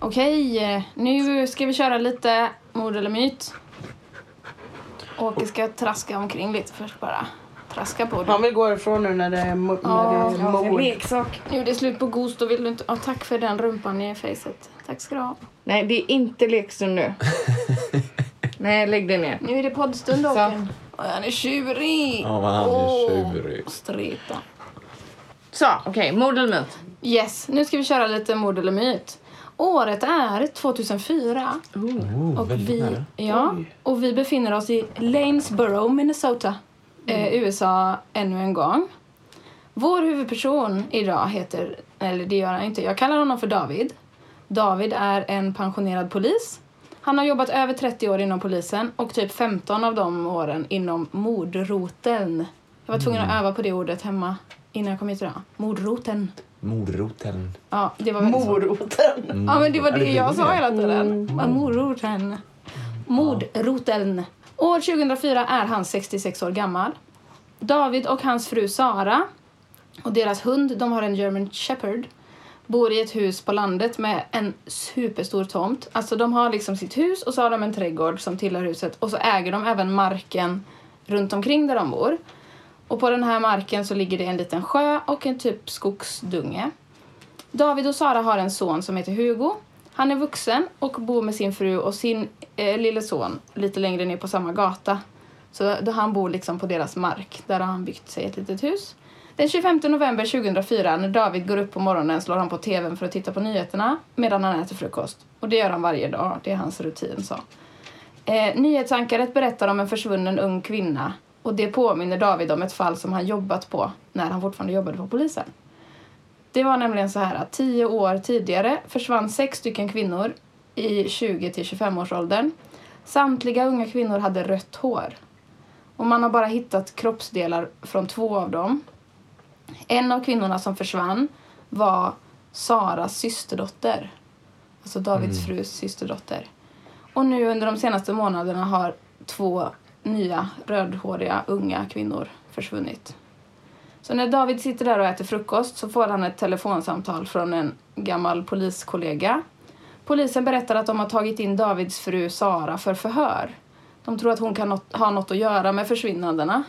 [SPEAKER 2] Okej, eh, nu ska vi köra lite mord eller myt. Åke ska traska omkring lite först bara. Traska på.
[SPEAKER 4] Han vill gå ifrån nu när det är, mo- när det är mord.
[SPEAKER 2] leksak. Nu är det slut på Ghost och vill du inte... Ja, tack för den rumpan i facet. Tack ska du ha.
[SPEAKER 6] Nej, det är inte lekstund nu. Nej, lägg dig ner.
[SPEAKER 2] Nu är det poddstund Åken. Oj, han är tjurig.
[SPEAKER 5] Ja, vad han är
[SPEAKER 2] Åh,
[SPEAKER 5] tjurig.
[SPEAKER 2] Streta.
[SPEAKER 6] Så, okej. Mord eller myt?
[SPEAKER 2] Yes, nu ska vi köra lite mord eller myt. Året är 2004.
[SPEAKER 5] Oh,
[SPEAKER 2] Och
[SPEAKER 5] väldigt
[SPEAKER 2] vi,
[SPEAKER 5] nära.
[SPEAKER 2] ja, och vi befinner oss i Lanesboro, Minnesota. Eh, USA ännu en gång. Vår huvudperson idag heter, eller det gör han inte, jag kallar honom för David. David är en pensionerad polis. Han har jobbat över 30 år inom polisen och typ 15 av de åren inom mordroteln. Jag var tvungen att
[SPEAKER 5] Mm.
[SPEAKER 2] öva på det ordet hemma innan jag kom hit idag. Mordroteln.
[SPEAKER 5] Mordroten.
[SPEAKER 2] Ja, det var väldigt svårt.
[SPEAKER 4] Moroten.
[SPEAKER 6] Mm.
[SPEAKER 2] Ja men det var det
[SPEAKER 5] det
[SPEAKER 2] jag
[SPEAKER 5] det?
[SPEAKER 2] sa hela tiden. Mm. Moroten. Mordroteln. År 2004 är han 66 år gammal. David och hans fru Sara och deras hund, de har en German Shepherd, bor i ett hus på landet med en superstor tomt. Alltså de har liksom sitt hus och så har de en trädgård som tillhör huset och så äger de även marken runt omkring där de bor. Och på den här marken så ligger det en liten sjö och en typ skogsdunge. David och Sara har en son som heter Hugo. Han är vuxen och bor med sin fru och sin eh, lille son lite längre ner på samma gata. Så då han bor liksom på deras mark. Där har han byggt sig ett litet hus. Den 25 november 2004 när David går upp på morgonen slår han på tvn för att titta på nyheterna medan han äter frukost. Och det gör han varje dag. Det är hans rutin så. Eh, nyhetsankaret berättar om en försvunnen ung kvinna och det påminner David om ett fall som han jobbat på när han fortfarande jobbade på polisen. Det var nämligen så här att tio år tidigare försvann sex stycken kvinnor i 20-25 års åldern. Samtliga unga kvinnor hade rött hår. Och man har bara hittat kroppsdelar från två av dem. En av kvinnorna som försvann var Saras systerdotter. Alltså Davids frus systerdotter. Och nu under de senaste månaderna har två nya rödhåriga unga kvinnor försvunnit. Så när David sitter där och äter frukost så får han ett telefonsamtal från en gammal poliskollega. Polisen berättar att de har tagit in Davids fru Sara för förhör. De tror att hon kan nå- ha något att göra med försvinnandena.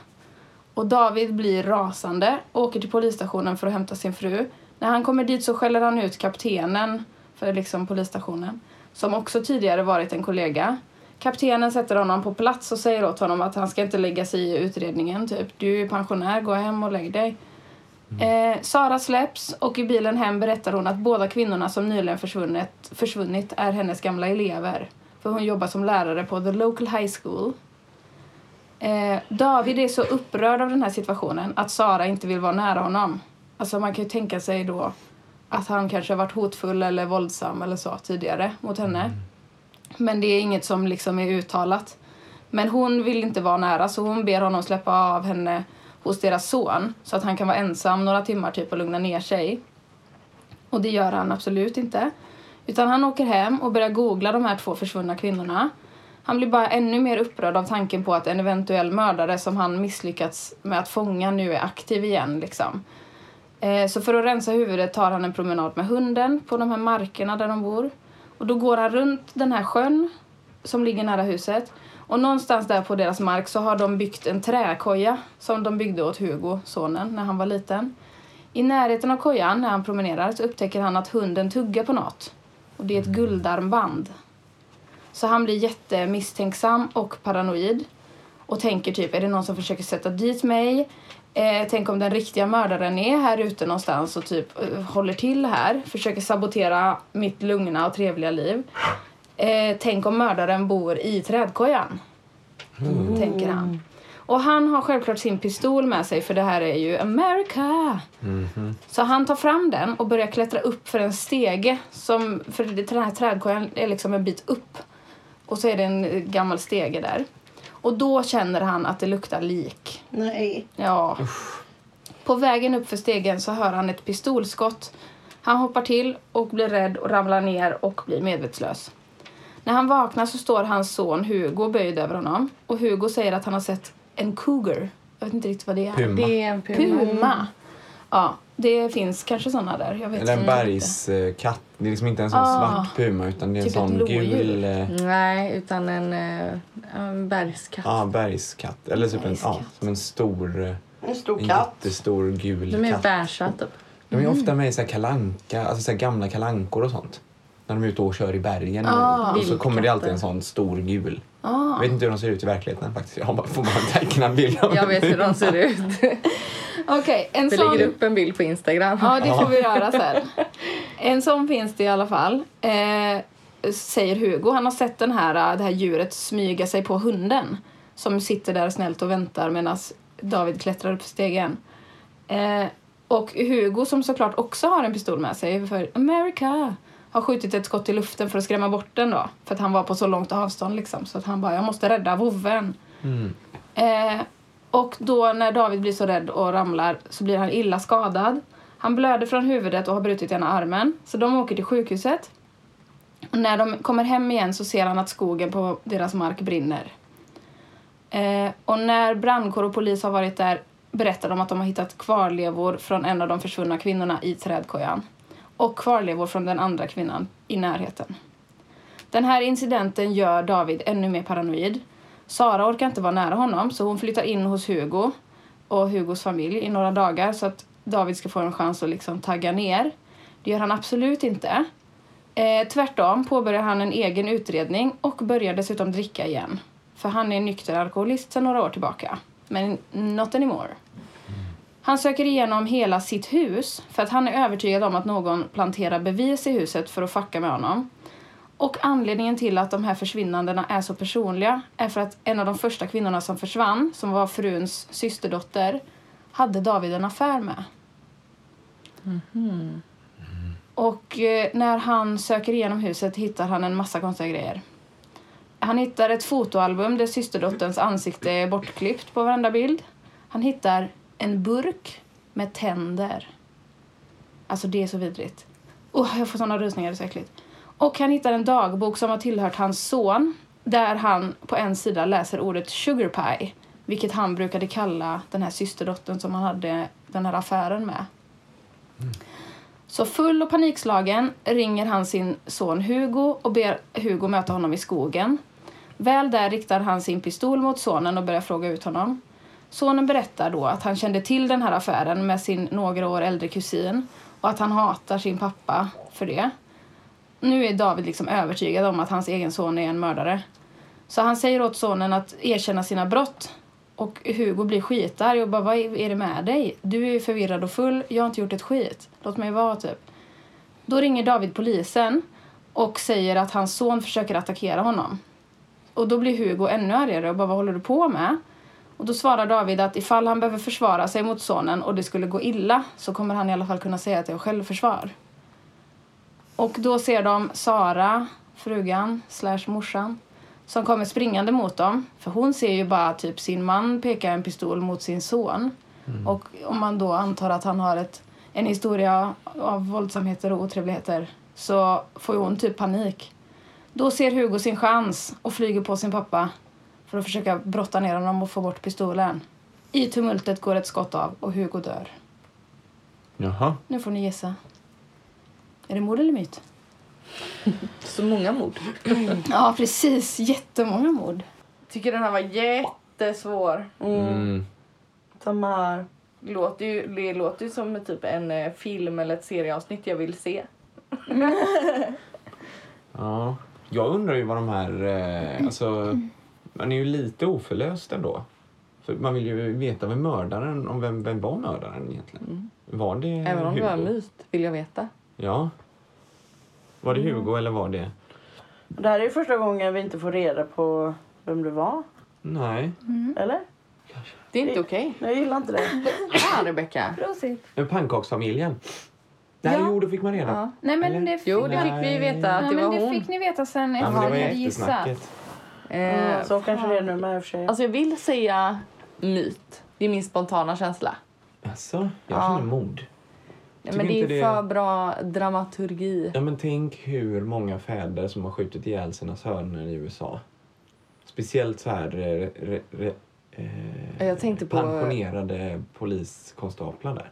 [SPEAKER 2] Och David blir rasande och åker till polisstationen för att hämta sin fru. När han kommer dit så skäller han ut kaptenen för liksom polisstationen, som också tidigare varit en kollega. Kaptenen sätter honom på plats och säger åt honom att han ska inte lägga sig i utredningen. Typ, du är pensionär, gå hem och lägg dig. Eh, Sara släpps och i bilen hem berättar hon att båda kvinnorna som nyligen försvunnit, försvunnit är hennes gamla elever. För hon jobbar som lärare på The Local High School. Eh, David är så upprörd av den här situationen att Sara inte vill vara nära honom. Alltså man kan ju tänka sig då att han kanske har varit hotfull eller våldsam eller så tidigare mot henne. Men det är inget som liksom är uttalat. Men hon vill inte vara nära så hon ber honom släppa av henne hos deras son så att han kan vara ensam några timmar typ och lugna ner sig. Och det gör han absolut inte. Utan han åker hem och börjar googla de här två försvunna kvinnorna. Han blir bara ännu mer upprörd av tanken på att en eventuell mördare som han misslyckats med att fånga nu är aktiv igen liksom. Eh, Så för att rensa huvudet tar han en promenad med hunden på de här markerna där de bor. Och då går han runt den här sjön som ligger nära huset. Och någonstans där på deras mark så har de byggt en träkoja som de byggde åt Hugo, sonen, när han var liten. I närheten av kojan, när han promenerar, så upptäcker han att hunden tuggar på något. Och det är ett guldarmband. Så han blir jättemisstänksam och paranoid. Och tänker typ, är det någon som försöker sätta dit mig? Eh, tänk om den riktiga mördaren är här ute någonstans och typ eh, håller till här. Försöker sabotera mitt lugna och trevliga liv. Eh, tänk om mördaren bor i trädkojan. Tänker han. Och han har självklart sin pistol med sig för det här är ju America. Så han tar fram den och börjar klättra upp för en stege. Som, för det- den här trädkojan är liksom en bit upp. Och så är det en eh, gammal stege där. Och då känner han att det luktar lik.
[SPEAKER 4] Nej.
[SPEAKER 2] Ja. På vägen upp för stegen så hör han ett pistolskott. Han hoppar till och blir rädd och ramlar ner och blir medvetslös. När han vaknar så står hans son Hugo böjd över honom och Hugo säger att han har sett en cougar. Jag vet inte riktigt vad det är.
[SPEAKER 5] Puma.
[SPEAKER 3] Det är en puma.
[SPEAKER 2] Puma. Ja, det finns kanske sådana där. Jag vet
[SPEAKER 5] Eller en
[SPEAKER 2] inte.
[SPEAKER 5] bergskatt. Det är liksom inte en sån
[SPEAKER 2] Ah.
[SPEAKER 5] svart puma utan det är en
[SPEAKER 2] Typ ett
[SPEAKER 5] sån
[SPEAKER 2] lodjur.
[SPEAKER 5] gul eh,
[SPEAKER 2] Mm.
[SPEAKER 3] Nej, utan en, eh, en bergskatt.
[SPEAKER 5] ah, bergskatt. Eller typ en, ah, som en stor, eh,
[SPEAKER 4] En stor
[SPEAKER 5] en
[SPEAKER 4] katt.
[SPEAKER 5] jättestor gul
[SPEAKER 3] De är
[SPEAKER 5] katt.
[SPEAKER 3] beiga typ.
[SPEAKER 5] De
[SPEAKER 6] Mm.
[SPEAKER 5] är ofta med i så här kalanka, alltså så här gamla kalankor och sånt. När de är ute och kör i bergen.
[SPEAKER 6] Ah,
[SPEAKER 5] och så kommer det alltid en sån stor gul. Jag vet inte hur de ser ut i verkligheten faktiskt. Jag bara, får bara teckna en bild av
[SPEAKER 3] Jag
[SPEAKER 5] en
[SPEAKER 3] vet hur
[SPEAKER 5] puma?
[SPEAKER 3] de ser ut.
[SPEAKER 2] Okej, en
[SPEAKER 3] Vi
[SPEAKER 2] sån...
[SPEAKER 3] lägger upp en bild på Instagram.
[SPEAKER 2] Ja, det får vi göra sen. En sån finns det i alla fall. Eh, säger Hugo. Han har sett den här, eh, det här djuret smyga sig på hunden. Som sitter där snällt och väntar medan David klättrar upp för stegen. Eh, och Hugo som såklart också har en pistol med sig för America har skjutit ett skott i luften för att skrämma bort den då. För att han var på så långt avstånd liksom. Så att han bara, jag måste rädda vovven. Eh, och då när David blir så rädd och ramlar så blir han illa skadad. Han blöder från huvudet och har brutit ena armen. Så de åker till sjukhuset. Och när de kommer hem igen så ser han att skogen på deras mark brinner. Eh, och när brandkår och polis har varit där berättar de att de har hittat kvarlevor från en av de försvunna kvinnorna i trädkojan och kvarlevor från den andra kvinnan i närheten. Den här incidenten gör David ännu mer paranoid. Sara orkar inte vara nära honom så hon flyttar in hos Hugo och Hugos familj i några dagar så att David ska få en chans att liksom tagga ner. Det gör han absolut inte. Eh, tvärtom påbörjar han en egen utredning och börjar dessutom dricka igen. För han är nykter alkoholist sedan några år tillbaka. Men not anymore. Han söker igenom hela sitt hus för att han är övertygad om att någon planterar bevis i huset för att fucka med honom. Och anledningen till att de här försvinnandena är så personliga är för att en av de första kvinnorna som försvann, som var fruns systerdotter, hade David en affär med. Och eh, när han söker igenom huset hittar han en massa konstiga grejer. Han hittar ett fotoalbum där systerdotterns ansikte är bortklippt på varenda bild. Han hittar en burk med tänder. Alltså det är så vidrigt. Oh, jag får såna rusningar, det är så äckligt. Och han hittar en dagbok som har tillhört hans son där han på en sida läser ordet sugar pie vilket han brukade kalla den här systerdottern som han hade den här affären med. Så full och panikslagen ringer han sin son Hugo och ber Hugo möta honom i skogen. Väl där riktar han sin pistol mot sonen och börjar fråga ut honom. Sonen berättar då att han kände till den här affären med sin några år äldre kusin och att han hatar sin pappa för det. Nu är David liksom övertygad om att hans egen son är en mördare. Så han säger åt sonen att erkänna sina brott. Och Hugo blir skitarg och bara vad är är det med dig? Du är ju förvirrad och full, jag har inte gjort ett skit. Låt mig vara typ. Då ringer David polisen och säger att hans son försöker attackera honom. Och då blir Hugo ännu argare och bara vad håller du på med? Och då svarar David att ifall han behöver försvara sig mot sonen och det skulle gå illa så kommer han i alla fall kunna säga att det är självförsvar. Och då ser de Sara, frugan, slash morsan, som kommer springande mot dem. För hon ser ju bara typ sin man peka en pistol mot sin son. Och om man då antar att han har ett, en historia av våldsamheter och otrevligheter så får ju hon typ panik. Då ser Hugo sin chans och flyger på sin pappa för att försöka brotta ner honom och få bort pistolen. I tumultet går ett skott av och Hugo dör.
[SPEAKER 5] Jaha.
[SPEAKER 2] Nu får ni gissa. Är det mord eller myt?
[SPEAKER 6] Så många mord.
[SPEAKER 2] Ja, precis. Jättemånga mord.
[SPEAKER 6] Tycker den här var jättesvår.
[SPEAKER 5] Mm.
[SPEAKER 4] Samma här.
[SPEAKER 6] Det låter ju, det låter ju som typ en eh, film eller ett serieavsnitt jag vill se.
[SPEAKER 5] Ja. Jag undrar ju vad de här... Eh, alltså, man är ju lite oförlöst ändå. För man vill ju veta vem mördaren, om vem, vem var mördaren egentligen? Var det
[SPEAKER 6] Mm. Även om det var en
[SPEAKER 5] Hugo?
[SPEAKER 6] myt vill jag veta.
[SPEAKER 5] Ja. Var det Hugo eller var det...
[SPEAKER 4] Det här är ju första gången vi inte får reda på vem det var.
[SPEAKER 5] Nej.
[SPEAKER 6] Mm.
[SPEAKER 4] Eller?
[SPEAKER 6] Det är inte okej.
[SPEAKER 4] Jag gillar inte det.
[SPEAKER 6] Ja, Rebecka.
[SPEAKER 5] Men pannkaksfamiljen. Nej, jo, det fick man reda på.
[SPEAKER 2] Nej, men
[SPEAKER 5] Eller?
[SPEAKER 2] det fick,
[SPEAKER 6] Jo, det fick vi veta
[SPEAKER 2] ja,
[SPEAKER 6] att det
[SPEAKER 2] men
[SPEAKER 6] var
[SPEAKER 2] det
[SPEAKER 6] hon.
[SPEAKER 2] fick ni veta sen
[SPEAKER 5] Ja,
[SPEAKER 2] efter
[SPEAKER 5] men det
[SPEAKER 2] att
[SPEAKER 5] var
[SPEAKER 2] ni hade
[SPEAKER 5] ju
[SPEAKER 2] gissat.
[SPEAKER 5] eftersnacket.
[SPEAKER 6] Eh,
[SPEAKER 4] Mm, Så kanske det är nu med i och för sig.
[SPEAKER 6] Alltså jag vill säga myt. Det är min spontana känsla.
[SPEAKER 5] Alltså, jag
[SPEAKER 6] Ja.
[SPEAKER 5] känner mod.
[SPEAKER 6] Nej,
[SPEAKER 5] Tycker
[SPEAKER 6] men det är
[SPEAKER 5] inte det-
[SPEAKER 6] för bra dramaturgi.
[SPEAKER 5] Ja, men tänk hur många fäder som har skjutit ihjäl sina söner i USA. Speciellt så här... Re, re, re, eh,
[SPEAKER 6] Jag tänkte på-
[SPEAKER 5] Pensionerade poliskonstaplar där.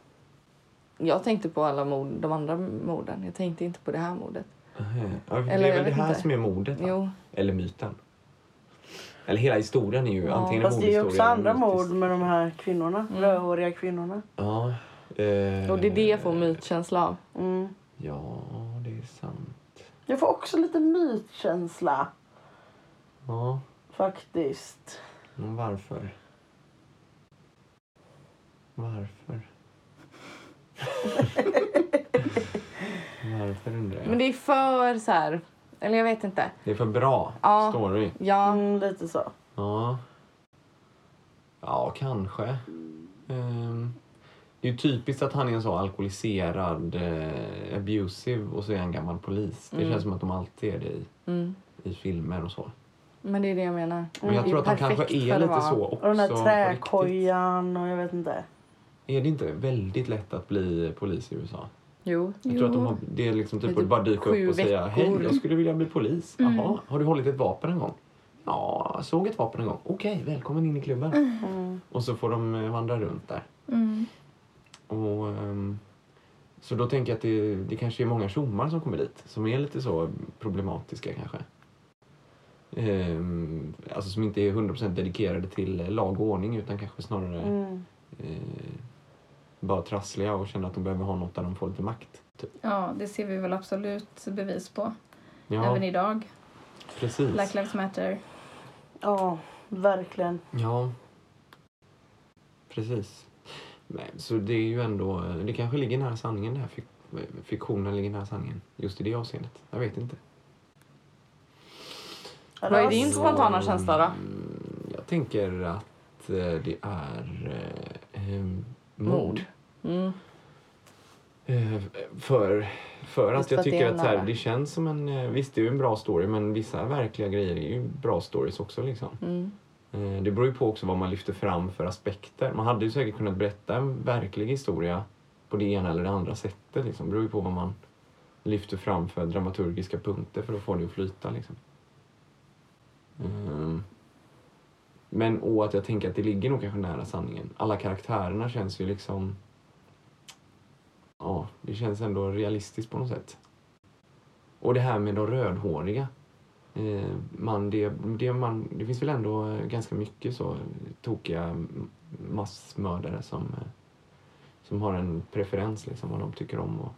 [SPEAKER 6] Jag tänkte på alla mord, de andra morden. Jag tänkte inte på det här mordet.
[SPEAKER 5] Aha. Ja, det
[SPEAKER 6] Eller
[SPEAKER 5] är
[SPEAKER 6] jag
[SPEAKER 5] väl det
[SPEAKER 6] vet
[SPEAKER 5] här
[SPEAKER 6] inte.
[SPEAKER 5] som är mordet? va?
[SPEAKER 6] Jo.
[SPEAKER 5] Eller myten? Eller hela historien är ju antingen en
[SPEAKER 4] Fast det är ju också
[SPEAKER 5] mordhistoria eller
[SPEAKER 4] andra
[SPEAKER 5] mytisk.
[SPEAKER 4] mord med de här kvinnorna.
[SPEAKER 6] Mm.
[SPEAKER 4] Rödhåriga kvinnorna.
[SPEAKER 5] Ja. Eh,
[SPEAKER 6] Och det är det jag får mytkänsla av.
[SPEAKER 4] Mm.
[SPEAKER 5] Ja, det är sant.
[SPEAKER 4] Jag får också lite mytkänsla
[SPEAKER 5] Ja,
[SPEAKER 4] faktiskt.
[SPEAKER 5] men varför? Varför? varför undrar jag?
[SPEAKER 6] Men det är för så här... Eller jag vet inte.
[SPEAKER 5] Det är för bra
[SPEAKER 6] Ja.
[SPEAKER 5] story.
[SPEAKER 6] Ja,
[SPEAKER 4] Mm, lite så.
[SPEAKER 5] Ja. Ja, kanske. Ehm, det är ju typiskt att han är en så alkoholiserad, eh, abusive och så är han gammal polis. Det känns som att de alltid är det i,
[SPEAKER 6] Mm.
[SPEAKER 5] i filmer och så.
[SPEAKER 6] men det är det jag menar.
[SPEAKER 5] Men jag
[SPEAKER 6] Det är
[SPEAKER 5] tror att han
[SPEAKER 6] perfekt
[SPEAKER 5] kanske
[SPEAKER 6] för
[SPEAKER 5] är
[SPEAKER 6] att
[SPEAKER 5] lite
[SPEAKER 6] vara-
[SPEAKER 5] så också.
[SPEAKER 4] Och den
[SPEAKER 5] på
[SPEAKER 4] här
[SPEAKER 5] riktigt.
[SPEAKER 4] träkojan och jag vet inte.
[SPEAKER 5] Är det inte väldigt lätt att bli polis i USA?
[SPEAKER 6] Jo.
[SPEAKER 5] Jag tror att de har, det är liksom typ
[SPEAKER 6] Lite
[SPEAKER 5] att bara dyka
[SPEAKER 6] sju
[SPEAKER 5] upp och säga
[SPEAKER 6] veckor. Mm.
[SPEAKER 5] hej, jag skulle vilja bli polis. Jaha, har du hållit ett vapen en gång? Ja, jag såg ett vapen en gång. Okej, välkommen in i klubben.
[SPEAKER 6] Mm.
[SPEAKER 5] Och så får de eh, vandra runt där. Och, ehm, så då tänker jag att det, det kanske är många tjommar som kommer dit som är lite så problematiska kanske. Ehm, alltså som inte är 100% dedikerade till eh, lag och ordning utan kanske snarare
[SPEAKER 6] Mm.
[SPEAKER 5] eh, bara trassliga och känner att de behöver ha något där de får lite makt. Typ.
[SPEAKER 3] Ja, det ser vi väl absolut bevis på.
[SPEAKER 5] Ja,
[SPEAKER 3] Även idag.
[SPEAKER 5] precis.
[SPEAKER 3] Black Lives Matter.
[SPEAKER 4] Ja, verkligen.
[SPEAKER 5] Ja, precis. Nej, så det är ju ändå, eh, det kanske ligger nära sanningen det här. Fik- eh, Fiktionen ligger nära sanningen just i det avseendet. Jag vet inte.
[SPEAKER 6] Vad är din spontana känsla då?
[SPEAKER 5] Mm, Jag tänker att eh, det är eh, eh, mord.
[SPEAKER 4] Mm.
[SPEAKER 5] Eh, för för
[SPEAKER 4] Just
[SPEAKER 5] att
[SPEAKER 4] för
[SPEAKER 5] jag
[SPEAKER 4] att det
[SPEAKER 5] tycker
[SPEAKER 4] är
[SPEAKER 5] att så här,
[SPEAKER 4] nära.
[SPEAKER 5] det känns som en... eh, Visst, det är ju en bra story men vissa verkliga grejer är ju bra stories också. Liksom.
[SPEAKER 4] Mm.
[SPEAKER 5] Eh, Det beror ju på också vad man lyfter fram för aspekter. Man hade ju säkert kunnat berätta en verklig historia på det ena eller det andra sättet. Liksom. Det beror ju på vad man lyfter fram för dramaturgiska punkter för att få det att flyta. Liksom. Ehm, Men och att jag tänker att det ligger nog kanske nära sanningen. Alla karaktärerna känns ju liksom... Ja, det känns ändå realistiskt på något sätt. Och det här med de rödhåriga. Eh, man, det, det, man, det finns väl ändå eh, ganska mycket så eh, tokiga m- massmördare som, eh, som har en preferens liksom vad de tycker om att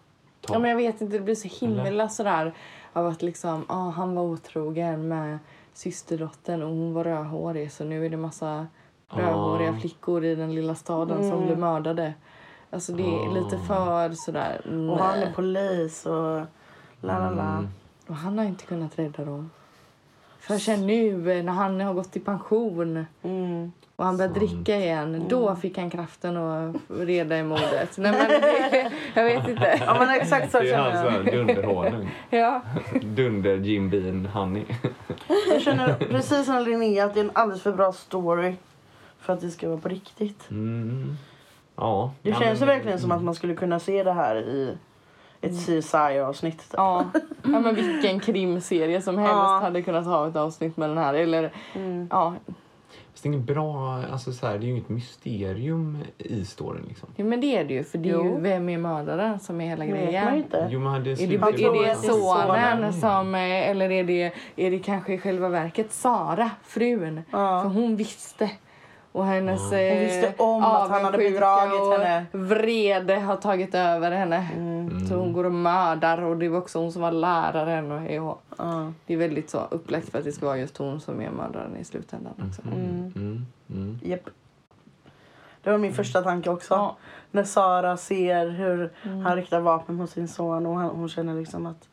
[SPEAKER 5] ta.
[SPEAKER 6] Ja, men jag vet inte, det blir så himla sådär av att liksom, ah, han var otrogen med systerdottern och hon var rödhårig så nu är det massa rödhåriga
[SPEAKER 5] Ah.
[SPEAKER 6] flickor i den lilla staden
[SPEAKER 4] Mm.
[SPEAKER 6] som blir mördade. Alltså det är lite för sådär...
[SPEAKER 4] Och han är
[SPEAKER 6] nej.
[SPEAKER 4] polis och la la
[SPEAKER 5] Mm.
[SPEAKER 4] la.
[SPEAKER 6] Och han har inte kunnat rädda dem. Förrän nu eh, när han har gått i pension
[SPEAKER 4] Mm.
[SPEAKER 6] och han börjar dricka igen, då fick han kraften att reda i mordet. Nej men det, jag vet inte.
[SPEAKER 4] Ja men exakt så
[SPEAKER 5] det är hans
[SPEAKER 4] känner jag.
[SPEAKER 5] såhär dunderhårdning.
[SPEAKER 6] Ja.
[SPEAKER 5] Dunder Jim Bean Honey.
[SPEAKER 4] Jag känner precis som Linnea att det är en alldeles för bra story för att det ska vara på riktigt.
[SPEAKER 5] Mm. Ja.
[SPEAKER 4] Det
[SPEAKER 5] ja,
[SPEAKER 4] känns ju
[SPEAKER 5] men- Mm.
[SPEAKER 4] verkligen som att man skulle kunna se det här i ett CSI-avsnitt.
[SPEAKER 6] Mm. Ja. ja, men vilken krimserie som helst
[SPEAKER 4] Ja. Mm.
[SPEAKER 6] hade kunnat ha ett avsnitt med den här. Eller, ja.
[SPEAKER 5] Fast det är inget bra, alltså så här, det är ju inget mysterium i storyn liksom.
[SPEAKER 6] Jo, men det är det ju. För det är ju
[SPEAKER 4] Jo.
[SPEAKER 6] vem är mördaren som är hela
[SPEAKER 4] Det vet man ju
[SPEAKER 6] grejen.
[SPEAKER 4] inte.
[SPEAKER 5] Jo men det
[SPEAKER 6] Är det,
[SPEAKER 5] slutar ju
[SPEAKER 4] tror
[SPEAKER 6] är det
[SPEAKER 5] bara-
[SPEAKER 4] att det är
[SPEAKER 6] sonen
[SPEAKER 4] sonen.
[SPEAKER 6] som... eh, Eller är det, är det kanske i själva verket Sara, frun? För hon visste. Och hennes eh,
[SPEAKER 4] Hon visste om att han hade
[SPEAKER 6] avundsjuka
[SPEAKER 4] bedragit
[SPEAKER 6] och
[SPEAKER 4] henne. Mm.
[SPEAKER 6] vrede har tagit över henne. Så hon går och mördar. Och det var också hon som var läraren. Och hej och.
[SPEAKER 4] Ja.
[SPEAKER 6] Det är väldigt så upplagt för att det ska vara just hon som är mördaren i slutändan. Också.
[SPEAKER 5] Mm, mm, mm.
[SPEAKER 4] Japp. Det var min första tanke också.
[SPEAKER 6] Mm. Ja. Mm.
[SPEAKER 4] När Sara ser hur han riktar vapen mot sin son och han, hon känner liksom att...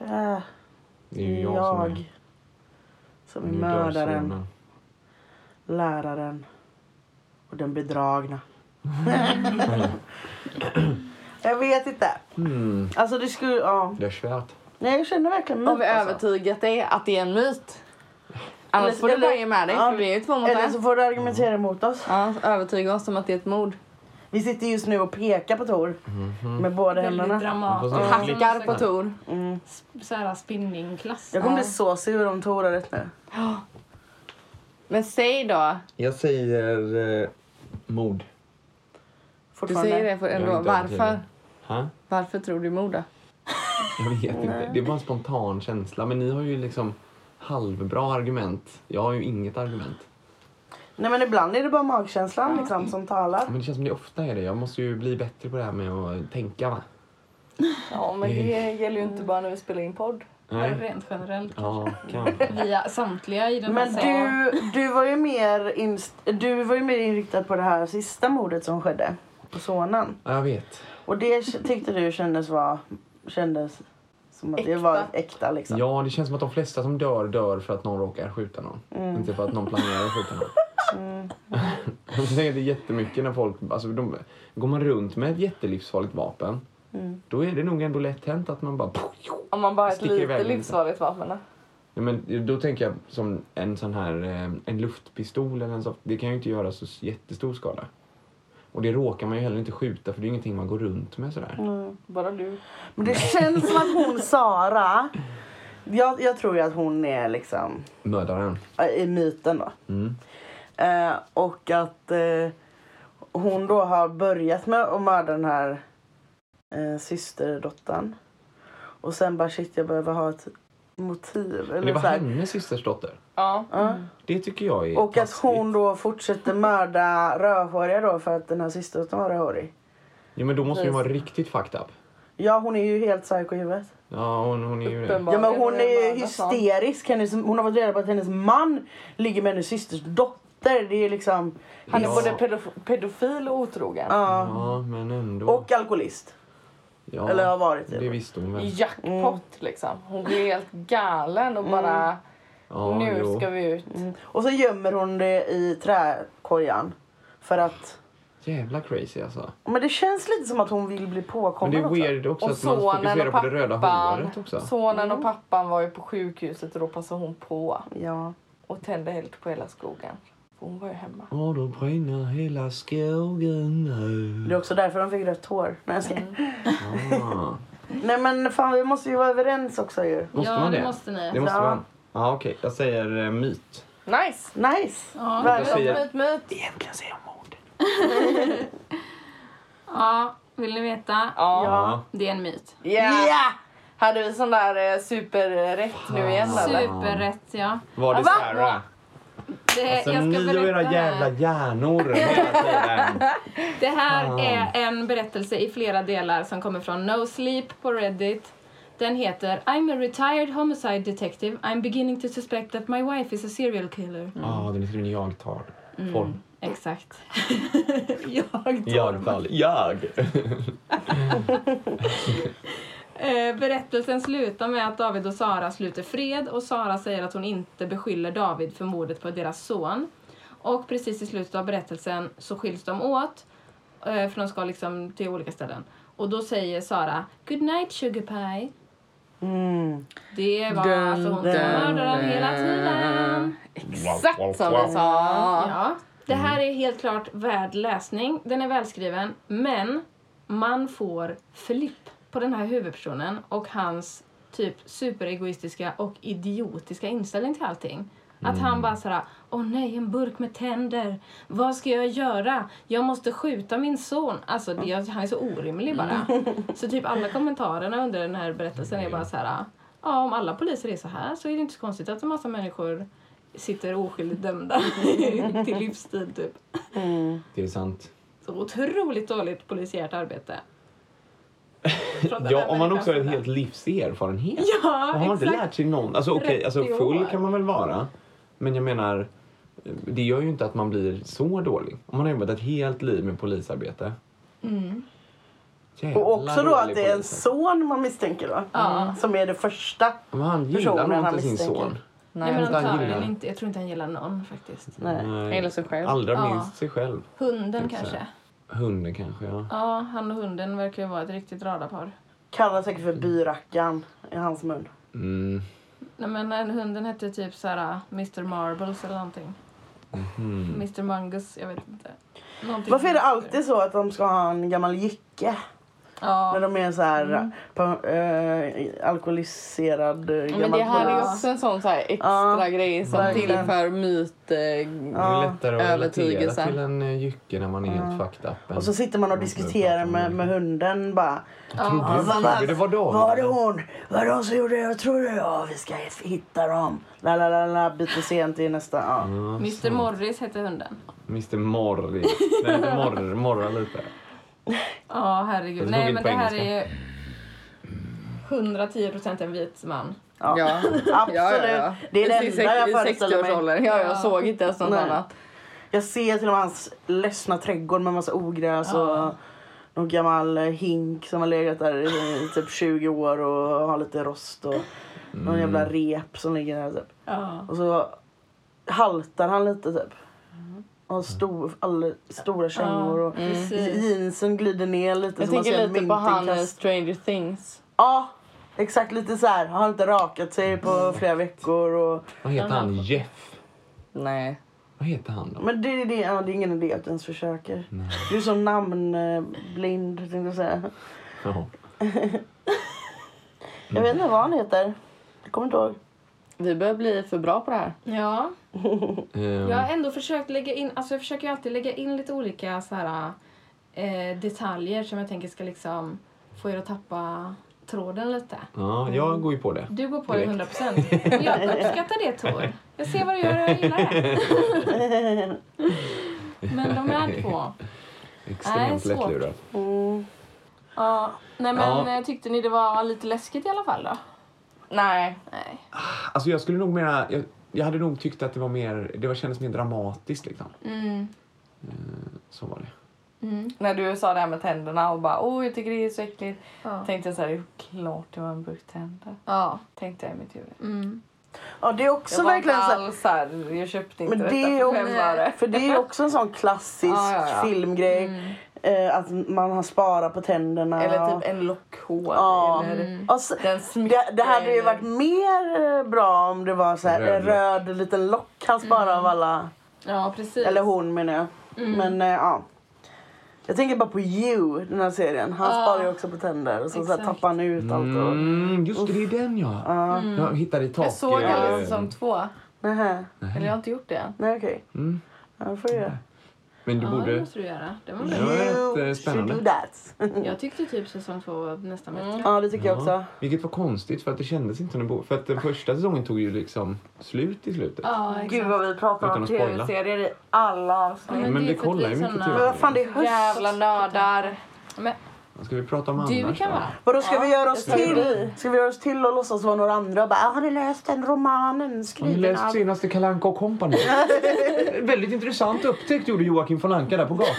[SPEAKER 4] Äh,
[SPEAKER 5] Det är ju jag, som
[SPEAKER 4] som
[SPEAKER 5] är,
[SPEAKER 4] är
[SPEAKER 5] nu dör
[SPEAKER 4] mördaren,
[SPEAKER 5] sonen.
[SPEAKER 4] läraren och den bedragna. jag vet inte.
[SPEAKER 5] Mm,
[SPEAKER 4] Alltså det skulle... Ja.
[SPEAKER 5] det är svärt.
[SPEAKER 4] Nej, jag känner verkligen
[SPEAKER 6] Har vi
[SPEAKER 4] myt, alltså.
[SPEAKER 6] övertygat dig att det är en myt? Annars
[SPEAKER 4] Eller-
[SPEAKER 6] får du
[SPEAKER 4] eller-
[SPEAKER 6] bara ge med dig,
[SPEAKER 4] ja,
[SPEAKER 6] för vi är ju två mot
[SPEAKER 4] Eller så
[SPEAKER 6] en.
[SPEAKER 4] får du argumentera emot oss.
[SPEAKER 6] Ja, övertyga oss om att det är ett mord.
[SPEAKER 4] Vi sitter just nu och pekar på Tor
[SPEAKER 5] Mhm.
[SPEAKER 4] med båda
[SPEAKER 3] Väldigt
[SPEAKER 4] händerna.
[SPEAKER 5] Ja.
[SPEAKER 3] dramatiskt.
[SPEAKER 6] Hackar på Tor.
[SPEAKER 3] Såhär spinningklass.
[SPEAKER 4] Jag kommer bli så sur om Tor har rätt nu.
[SPEAKER 6] Men säg då.
[SPEAKER 5] Jag säger eh, mord.
[SPEAKER 6] Du
[SPEAKER 4] Fortfarande.
[SPEAKER 6] säger det för
[SPEAKER 5] Jag
[SPEAKER 6] ändå.
[SPEAKER 5] är inte
[SPEAKER 6] Varför?
[SPEAKER 5] övertygad. Ha?
[SPEAKER 6] Varför tror du mord då?
[SPEAKER 5] Jag vet inte. Det är bara en spontan känsla. Men ni har ju liksom halvbra argument. Jag har ju inget argument.
[SPEAKER 4] Nej men ibland är det bara magkänslan liksom som talar.
[SPEAKER 6] Mm.
[SPEAKER 5] Men det känns som det ofta är det. Jag måste ju bli bättre på det här med att tänka va?
[SPEAKER 6] Ja, men det gäller ju inte bara när vi spelar in podd.
[SPEAKER 5] Nej.
[SPEAKER 3] Rent generellt.
[SPEAKER 5] Ja, kanske.
[SPEAKER 3] Via samtliga i den
[SPEAKER 4] Men
[SPEAKER 3] här serien.
[SPEAKER 4] du, du, var ju mer inst- du var ju mer inriktad på det här sista mordet som skedde på sonen.
[SPEAKER 5] Ja, jag vet.
[SPEAKER 4] Och det tyckte du kändes var kändes som att det var äkta liksom.
[SPEAKER 5] Ja, det känns som att de flesta som dör, dör för att någon råkar skjuta någon.
[SPEAKER 4] Mm.
[SPEAKER 5] Inte för att någon planerar att skjuta någon.
[SPEAKER 4] Mm.
[SPEAKER 5] Jag tänker det är jättemycket när folk... Alltså, de, går man runt med ett jättelivsfarligt vapen
[SPEAKER 4] Mm.
[SPEAKER 5] då är det nog ändå lätt hänt att man bara...
[SPEAKER 6] Om man bara har ett
[SPEAKER 5] Sticker
[SPEAKER 6] lite
[SPEAKER 5] iväg lite.
[SPEAKER 6] livsfarligt vapen. då?
[SPEAKER 5] Ja, men då tänker jag som en sån här eh, en luftpistol eller en sån, det kan ju inte göra så jättestor skada. Och det råkar man ju heller inte skjuta för det är ju ingenting
[SPEAKER 4] Mm.
[SPEAKER 5] man går runt med sådär.
[SPEAKER 6] Bara du.
[SPEAKER 4] Men det känns som att hon Sara Jag, jag tror ju att hon är liksom
[SPEAKER 5] Mördaren. Mm.
[SPEAKER 4] äh, i myten då. Eh, och att eh, hon då har börjat med att mörda den här eh, systerdottern. Och sen bara shit jag behöver ha ett motiv.
[SPEAKER 5] Men det
[SPEAKER 4] Eller
[SPEAKER 5] var
[SPEAKER 4] så här.
[SPEAKER 5] hennes systers dotter.
[SPEAKER 2] Ja.
[SPEAKER 5] Det tycker jag är
[SPEAKER 4] Och att
[SPEAKER 5] taskigt.
[SPEAKER 4] hon då fortsätter mörda rödhåriga då för att den här systerdottern var rödhårig.
[SPEAKER 5] Jo, men då måste hon ju vara riktigt fucked up.
[SPEAKER 4] Ja hon är ju helt psycho i huvudet.
[SPEAKER 5] Ja, hon, hon är ju det.
[SPEAKER 4] Ja, men
[SPEAKER 6] Uppenbarligen
[SPEAKER 4] hon
[SPEAKER 6] har
[SPEAKER 4] är
[SPEAKER 6] jag
[SPEAKER 4] ju
[SPEAKER 6] mördat någon.
[SPEAKER 4] hysterisk. Hennes, hon har fått reda på att hennes man ligger med hennes systers dotter. Det är liksom...
[SPEAKER 6] Han är
[SPEAKER 5] Ja.
[SPEAKER 6] både pedof- pedofil och otrogen.
[SPEAKER 4] Ja.
[SPEAKER 5] Ja, men ändå.
[SPEAKER 4] Och alkoholist.
[SPEAKER 5] ja,
[SPEAKER 4] eller har varit i
[SPEAKER 5] Det
[SPEAKER 4] alla
[SPEAKER 5] visste hon väl.
[SPEAKER 6] Jackpot
[SPEAKER 4] Mm.
[SPEAKER 6] liksom. Hon blir helt galen och bara
[SPEAKER 5] Ja,
[SPEAKER 6] nu
[SPEAKER 5] jo.
[SPEAKER 6] ska vi ut.
[SPEAKER 4] Och så gömmer hon det i träkojan. För att...
[SPEAKER 5] Jävla crazy alltså.
[SPEAKER 4] Men det känns lite som att hon vill bli
[SPEAKER 5] Men
[SPEAKER 4] påkommen
[SPEAKER 5] det är
[SPEAKER 4] också.
[SPEAKER 5] weird också
[SPEAKER 6] Och
[SPEAKER 5] att man
[SPEAKER 6] sonen
[SPEAKER 5] fokuserar
[SPEAKER 6] och
[SPEAKER 5] på det röda
[SPEAKER 6] pappan.
[SPEAKER 5] håret också.
[SPEAKER 6] Sonen
[SPEAKER 4] Mm.
[SPEAKER 6] och pappan var ju på sjukhuset och då passade hon på
[SPEAKER 4] Ja.
[SPEAKER 6] och tände helt på hela skogen. Hon var ju hemma.
[SPEAKER 5] Och då brinner hela skogen
[SPEAKER 4] Det är
[SPEAKER 5] ut.
[SPEAKER 4] också därför de fick rött hår. Nej, jag skojar.
[SPEAKER 6] Mm.
[SPEAKER 5] Ah.
[SPEAKER 4] Nej men fan vi måste ju vara överens också ju.
[SPEAKER 5] Måste
[SPEAKER 2] Ja,
[SPEAKER 5] man det?
[SPEAKER 2] det måste ni.
[SPEAKER 5] Det måste
[SPEAKER 4] Ja.
[SPEAKER 5] man. Ja, okej. Jag säger eh, myt.
[SPEAKER 6] Nice!
[SPEAKER 4] Nice!
[SPEAKER 2] Ja.
[SPEAKER 5] Jag
[SPEAKER 4] Verkligen.
[SPEAKER 5] säger...
[SPEAKER 6] Myt, myt.
[SPEAKER 5] Egentligen säger jag mord.
[SPEAKER 2] Ja, vill ni veta?
[SPEAKER 5] Ja.
[SPEAKER 2] Det är en myt.
[SPEAKER 6] Yeah. Hade vi sån där eh, superrätt nu igen eller?
[SPEAKER 2] Superrätt, ja.
[SPEAKER 5] Var det
[SPEAKER 6] Va?
[SPEAKER 5] Sarah?
[SPEAKER 2] Det,
[SPEAKER 5] Alltså
[SPEAKER 2] jag ska
[SPEAKER 5] ni
[SPEAKER 2] berätta
[SPEAKER 5] och era jävla
[SPEAKER 2] här.
[SPEAKER 5] hjärnor hela tiden.
[SPEAKER 2] Det här
[SPEAKER 5] Fan.
[SPEAKER 2] är en berättelse i flera delar som kommer från No Sleep på Reddit. Den heter I'm a retired homicide detective. I'm beginning to suspect that my wife is a serial killer.
[SPEAKER 5] Ja, den är till och med jag tar.
[SPEAKER 2] Mm.
[SPEAKER 5] Form.
[SPEAKER 2] Exakt. jag
[SPEAKER 5] Jag tar. Jag.
[SPEAKER 2] Eh, Berättelsen slutar med att David och Sara sluter fred och Sara säger att hon inte beskyller David för mordet på deras son. Och precis i slutet av berättelsen så skiljs de åt eh, för de ska liksom till olika ställen. Och då säger Sara Good night sugar pie.
[SPEAKER 4] Mm.
[SPEAKER 2] Det var alltså hon som mördade den hela tiden.
[SPEAKER 6] Exakt som vi sa!
[SPEAKER 2] Ja. Det här är helt klart värd läsning. Den är välskriven, men man får flipp på den här huvudpersonen och hans typ superegoistiska och idiotiska inställning till allting. Att han bara såhär, åh nej, en burk med tänder. Vad ska jag göra? Jag måste skjuta min son. Alltså, det, han är så orimlig bara. Så typ alla kommentarerna under den här berättelsen är bara så här. Ja, om alla poliser är så här så är det inte så konstigt att en massa människor sitter oskyldigt dömda till livstid typ.
[SPEAKER 5] Det är sant.
[SPEAKER 2] Så otroligt dåligt polisiärt arbete. Från den
[SPEAKER 5] Ja,
[SPEAKER 2] här
[SPEAKER 5] om man också har ett
[SPEAKER 2] människans
[SPEAKER 5] helt livs erfarenhet.
[SPEAKER 2] Ja,
[SPEAKER 5] Då har man inte
[SPEAKER 2] exakt.
[SPEAKER 5] lärt sig någon. Alltså okej,
[SPEAKER 2] 30
[SPEAKER 5] alltså full
[SPEAKER 2] år.
[SPEAKER 5] kan man väl vara. Men jag menar, eh, det gör ju inte att man blir så dålig. Om man har jobbat ett helt liv med polisarbete. Jävla
[SPEAKER 4] Mm. Och också då att
[SPEAKER 5] dålig
[SPEAKER 4] det är en
[SPEAKER 5] polis.
[SPEAKER 4] son man misstänker då. Som är det första.
[SPEAKER 5] Men han gillar
[SPEAKER 4] personen
[SPEAKER 5] nog
[SPEAKER 4] han
[SPEAKER 5] inte sin
[SPEAKER 4] misstänker.
[SPEAKER 5] son.
[SPEAKER 2] Nej, men
[SPEAKER 5] jag tror inte han
[SPEAKER 2] antagligen
[SPEAKER 5] gillar.
[SPEAKER 2] inte. Jag tror inte han gillar någon faktiskt.
[SPEAKER 5] Mm.
[SPEAKER 4] Nej.
[SPEAKER 6] Eller sig själv.
[SPEAKER 5] Allra
[SPEAKER 2] Ja.
[SPEAKER 5] minst sig själv.
[SPEAKER 2] Hunden
[SPEAKER 5] Exakt.
[SPEAKER 2] kanske.
[SPEAKER 5] Hunden kanske, ja.
[SPEAKER 2] Ja, han och hunden verkar ju vara ett riktigt radarpar.
[SPEAKER 4] Kallar säkert för byrackan i hans mun.
[SPEAKER 5] Mm.
[SPEAKER 2] Nej men den hunden hette typ såhär Mr Marbles eller någonting.
[SPEAKER 5] Mhm.
[SPEAKER 2] Mr Mungus, jag vet inte. Någonting
[SPEAKER 4] Varför är det
[SPEAKER 2] med-
[SPEAKER 4] alltid så att de ska ha en gammal jycke? När
[SPEAKER 2] Ja.
[SPEAKER 4] de är så här
[SPEAKER 6] Mm.
[SPEAKER 4] pa- eh, alkoholiserad eh,
[SPEAKER 6] Men det
[SPEAKER 4] gammal
[SPEAKER 6] här är ju
[SPEAKER 4] polis.
[SPEAKER 6] också en sån så här extra
[SPEAKER 4] Ja,
[SPEAKER 6] grej som
[SPEAKER 4] verkligen.
[SPEAKER 6] tillför myt... Eh,
[SPEAKER 5] Det är väl lättare att relatera
[SPEAKER 6] övertygelse.
[SPEAKER 5] till en eh, jycke när man är helt fucked up. än-
[SPEAKER 4] Och så sitter man och diskuterar med, med hunden bara.
[SPEAKER 5] Trodde du- trodde det var David?
[SPEAKER 4] Var det hon? Var det hon som gjorde det? Jag tror det. Ja, vi ska hitta dem. La, la, la, la. Byter scen till nästa. Ja.
[SPEAKER 5] Mm.
[SPEAKER 2] Mr Morris hette hunden.
[SPEAKER 5] Mr Morri. Nej, inte morr, morra lite.
[SPEAKER 2] Ja,
[SPEAKER 5] Jag
[SPEAKER 2] herregud.
[SPEAKER 5] tror
[SPEAKER 2] Nej
[SPEAKER 5] vi
[SPEAKER 2] men
[SPEAKER 5] på
[SPEAKER 2] det här
[SPEAKER 5] engelska.
[SPEAKER 2] är ju 110 procent en vit man.
[SPEAKER 6] Ja. ja.
[SPEAKER 4] Absolut. Det är det
[SPEAKER 6] I
[SPEAKER 4] enda
[SPEAKER 6] sex-
[SPEAKER 4] jag
[SPEAKER 6] i
[SPEAKER 4] föreställer mig.
[SPEAKER 6] 60-årsåldern. Ja, jag såg inte ens något
[SPEAKER 4] Nej.
[SPEAKER 6] annat.
[SPEAKER 4] Jag ser till och med hans ledsna trädgård med massa ogräs och någon gammal eh, hink som har legat där i i typ 20 år och har lite rost och
[SPEAKER 5] Mm.
[SPEAKER 4] någon jävla rep som ligger där typ.
[SPEAKER 2] Ja.
[SPEAKER 4] Och så haltar han lite typ. Och har stor, alla, stora kängor och
[SPEAKER 2] precis.
[SPEAKER 4] jeansen glider ner lite.
[SPEAKER 6] Jag
[SPEAKER 4] så man ser
[SPEAKER 6] tänker lite på han eh,
[SPEAKER 4] myntinkast.
[SPEAKER 6] Stranger Things.
[SPEAKER 4] Ja, exakt lite så här. Har inte rakat sig på flera veckor och...
[SPEAKER 5] Vad heter han? Jeff?
[SPEAKER 6] Nej.
[SPEAKER 5] Vad heter han då?
[SPEAKER 4] Men det, är det, ja, det är ingen idé att ens försöker. Du är som namnblind tänkte jag säga.
[SPEAKER 5] Jaha.
[SPEAKER 4] Jag vet inte vad han heter. Det Kommer inte ihåg.
[SPEAKER 6] Vi börjar bli för bra på det här.
[SPEAKER 2] Ja.
[SPEAKER 5] Ehm,
[SPEAKER 2] Jag har ändå försökt lägga in, alltså jag försöker ju alltid lägga in lite olika så här, eh, detaljer som jag tänker ska liksom få er att tappa tråden lite.
[SPEAKER 5] Ja, jag går ju på det.
[SPEAKER 2] Du går på det
[SPEAKER 5] Direkt.
[SPEAKER 2] 100 procent. Jag uppskattar det Tor. Jag ser vad du gör och jag gillar det. Men de är två. Nej,
[SPEAKER 5] Extremt
[SPEAKER 2] svårt.
[SPEAKER 5] lättlurad.
[SPEAKER 2] Ja, nej men
[SPEAKER 5] Ja.
[SPEAKER 2] eh, tyckte ni det var lite läskigt i alla fall då?
[SPEAKER 6] Nej.
[SPEAKER 2] Nej.
[SPEAKER 5] Alltså jag skulle nog mena, jag, jag hade nog tyckt att det var mer, det var, kändes mer dramatiskt liksom.
[SPEAKER 2] Mm.
[SPEAKER 5] Eh, Så var det.
[SPEAKER 6] När du sa det här med tänderna och bara åh jag tycker det är så äckligt.
[SPEAKER 2] Ja.
[SPEAKER 6] Tänkte jag så här, det är klart det var en burk tänder.
[SPEAKER 2] Ja.
[SPEAKER 6] Tänkte jag i mitt huvud.
[SPEAKER 4] Ja, det är också
[SPEAKER 6] Jag var
[SPEAKER 4] verkligen
[SPEAKER 6] inte
[SPEAKER 4] så här-
[SPEAKER 6] alls så här, jag köpte inte
[SPEAKER 4] Men det är,
[SPEAKER 6] detta
[SPEAKER 4] ju-
[SPEAKER 6] för fem öre.
[SPEAKER 4] för det är också en sån klassisk
[SPEAKER 6] Ja, ja, ja.
[SPEAKER 4] filmgrej. Eh, att man har sparat på tänderna.
[SPEAKER 6] Eller typ en lockhår.
[SPEAKER 4] Ja.
[SPEAKER 6] Eller,
[SPEAKER 4] Och så,
[SPEAKER 6] Den
[SPEAKER 4] det, det hade ju
[SPEAKER 6] eller-
[SPEAKER 4] varit mer eh, bra om det var så här,
[SPEAKER 5] Röd
[SPEAKER 4] en röd liten lock han sparar av alla.
[SPEAKER 2] Ja, precis.
[SPEAKER 4] Eller hon menar jag. Men eh, ja. Jag tänker bara på You, den här serien. Han sparar ju också på tänder. Och så, så här,
[SPEAKER 2] Exakt.
[SPEAKER 4] tappar han ut allt. Och...
[SPEAKER 5] Mm, just det, det är den ja. Jag hittade i taket.
[SPEAKER 6] Jag såg
[SPEAKER 5] eh,
[SPEAKER 6] alla säsong två.
[SPEAKER 4] Nähä.
[SPEAKER 6] Eller jag har inte gjort det än.
[SPEAKER 4] Nej okej.
[SPEAKER 5] Mm.
[SPEAKER 4] Ja, det får du göra.
[SPEAKER 5] Men du
[SPEAKER 2] Ja, det
[SPEAKER 5] borde...
[SPEAKER 2] måste du göra. Det var bra.
[SPEAKER 5] Det var rätt eh,
[SPEAKER 4] should do
[SPEAKER 5] spännande.
[SPEAKER 4] that.
[SPEAKER 5] Mm.
[SPEAKER 2] Jag tyckte typ säsong två var nästan bättre.
[SPEAKER 4] ja det tycker jag också.
[SPEAKER 5] Ja, vilket var konstigt för att det kändes inte som en bok. För att den första säsongen tog ju liksom slut i slutet.
[SPEAKER 2] Ja, exakt.
[SPEAKER 4] Gud vad vi pratar
[SPEAKER 5] Utan
[SPEAKER 4] om
[SPEAKER 5] att spoila.
[SPEAKER 4] tv-serier i alla avsnitt.
[SPEAKER 5] men
[SPEAKER 2] det är
[SPEAKER 5] det
[SPEAKER 2] för att vi
[SPEAKER 5] kollar ju
[SPEAKER 2] är
[SPEAKER 5] mycket typ.
[SPEAKER 2] såna-
[SPEAKER 4] Men vad fan det är höst.
[SPEAKER 6] Jävla nördar.
[SPEAKER 2] Men
[SPEAKER 5] Ska vi prata om
[SPEAKER 2] du
[SPEAKER 5] annars
[SPEAKER 2] kan
[SPEAKER 5] då?
[SPEAKER 2] vara.
[SPEAKER 4] Vadå ska vi göra oss
[SPEAKER 6] jag tror
[SPEAKER 4] till? Ska vi göra oss till och låtsas vara några andra och bara "Ah, har ni läst den romanen
[SPEAKER 5] Har ni
[SPEAKER 4] skriven
[SPEAKER 5] läst
[SPEAKER 4] av...
[SPEAKER 5] senaste Kalle Anka och Company? Väldigt intressant upptäckt gjorde Joakim von Anka där på gatan.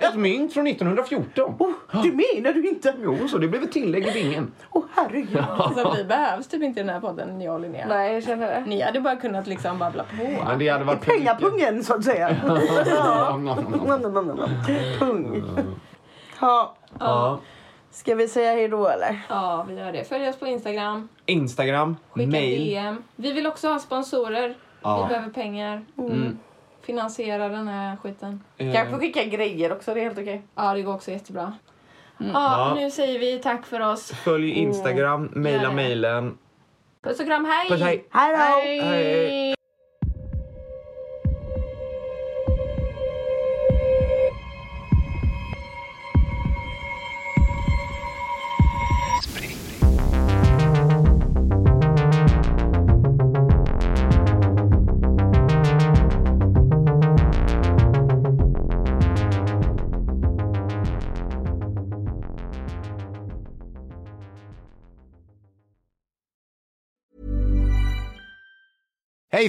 [SPEAKER 5] Ett mynt från 1914.
[SPEAKER 4] Oh, du menar du inte?
[SPEAKER 5] Jo, så det blev ett tillägg i vingen.
[SPEAKER 4] Åh oh, herregud.
[SPEAKER 2] Alltså, vi behövs typ inte i den här podden, jag och Linnea.
[SPEAKER 6] Nej jag känner det.
[SPEAKER 2] Ni hade bara kunnat liksom babbla på.
[SPEAKER 5] Men det hade varit
[SPEAKER 4] Pengapungen så att säga.
[SPEAKER 5] Ja.
[SPEAKER 4] Nom, nom, nom, nom. Pung. Ja,
[SPEAKER 5] Ja.
[SPEAKER 4] ska vi säga hej då eller?
[SPEAKER 2] Ja, vi gör det. Följ oss på Instagram,
[SPEAKER 5] Instagram,
[SPEAKER 2] skicka
[SPEAKER 5] mail.
[SPEAKER 2] DM. Vi vill också ha sponsorer.
[SPEAKER 5] Ja. Mm.
[SPEAKER 2] Vi behöver pengar. Finansiera den här skiten.
[SPEAKER 5] Eh,
[SPEAKER 6] Kanske skicka grejer också, det är helt okej.
[SPEAKER 2] Ja, det går också jättebra.
[SPEAKER 5] Mm. Ja.
[SPEAKER 2] Ja, nu säger vi tack för oss.
[SPEAKER 5] Följ Instagram,
[SPEAKER 2] Gör
[SPEAKER 5] mejla
[SPEAKER 2] det.
[SPEAKER 5] mejlen.
[SPEAKER 2] Puss och kram,
[SPEAKER 5] Puss hej!
[SPEAKER 4] Hej då!
[SPEAKER 5] hej.
[SPEAKER 7] Hey,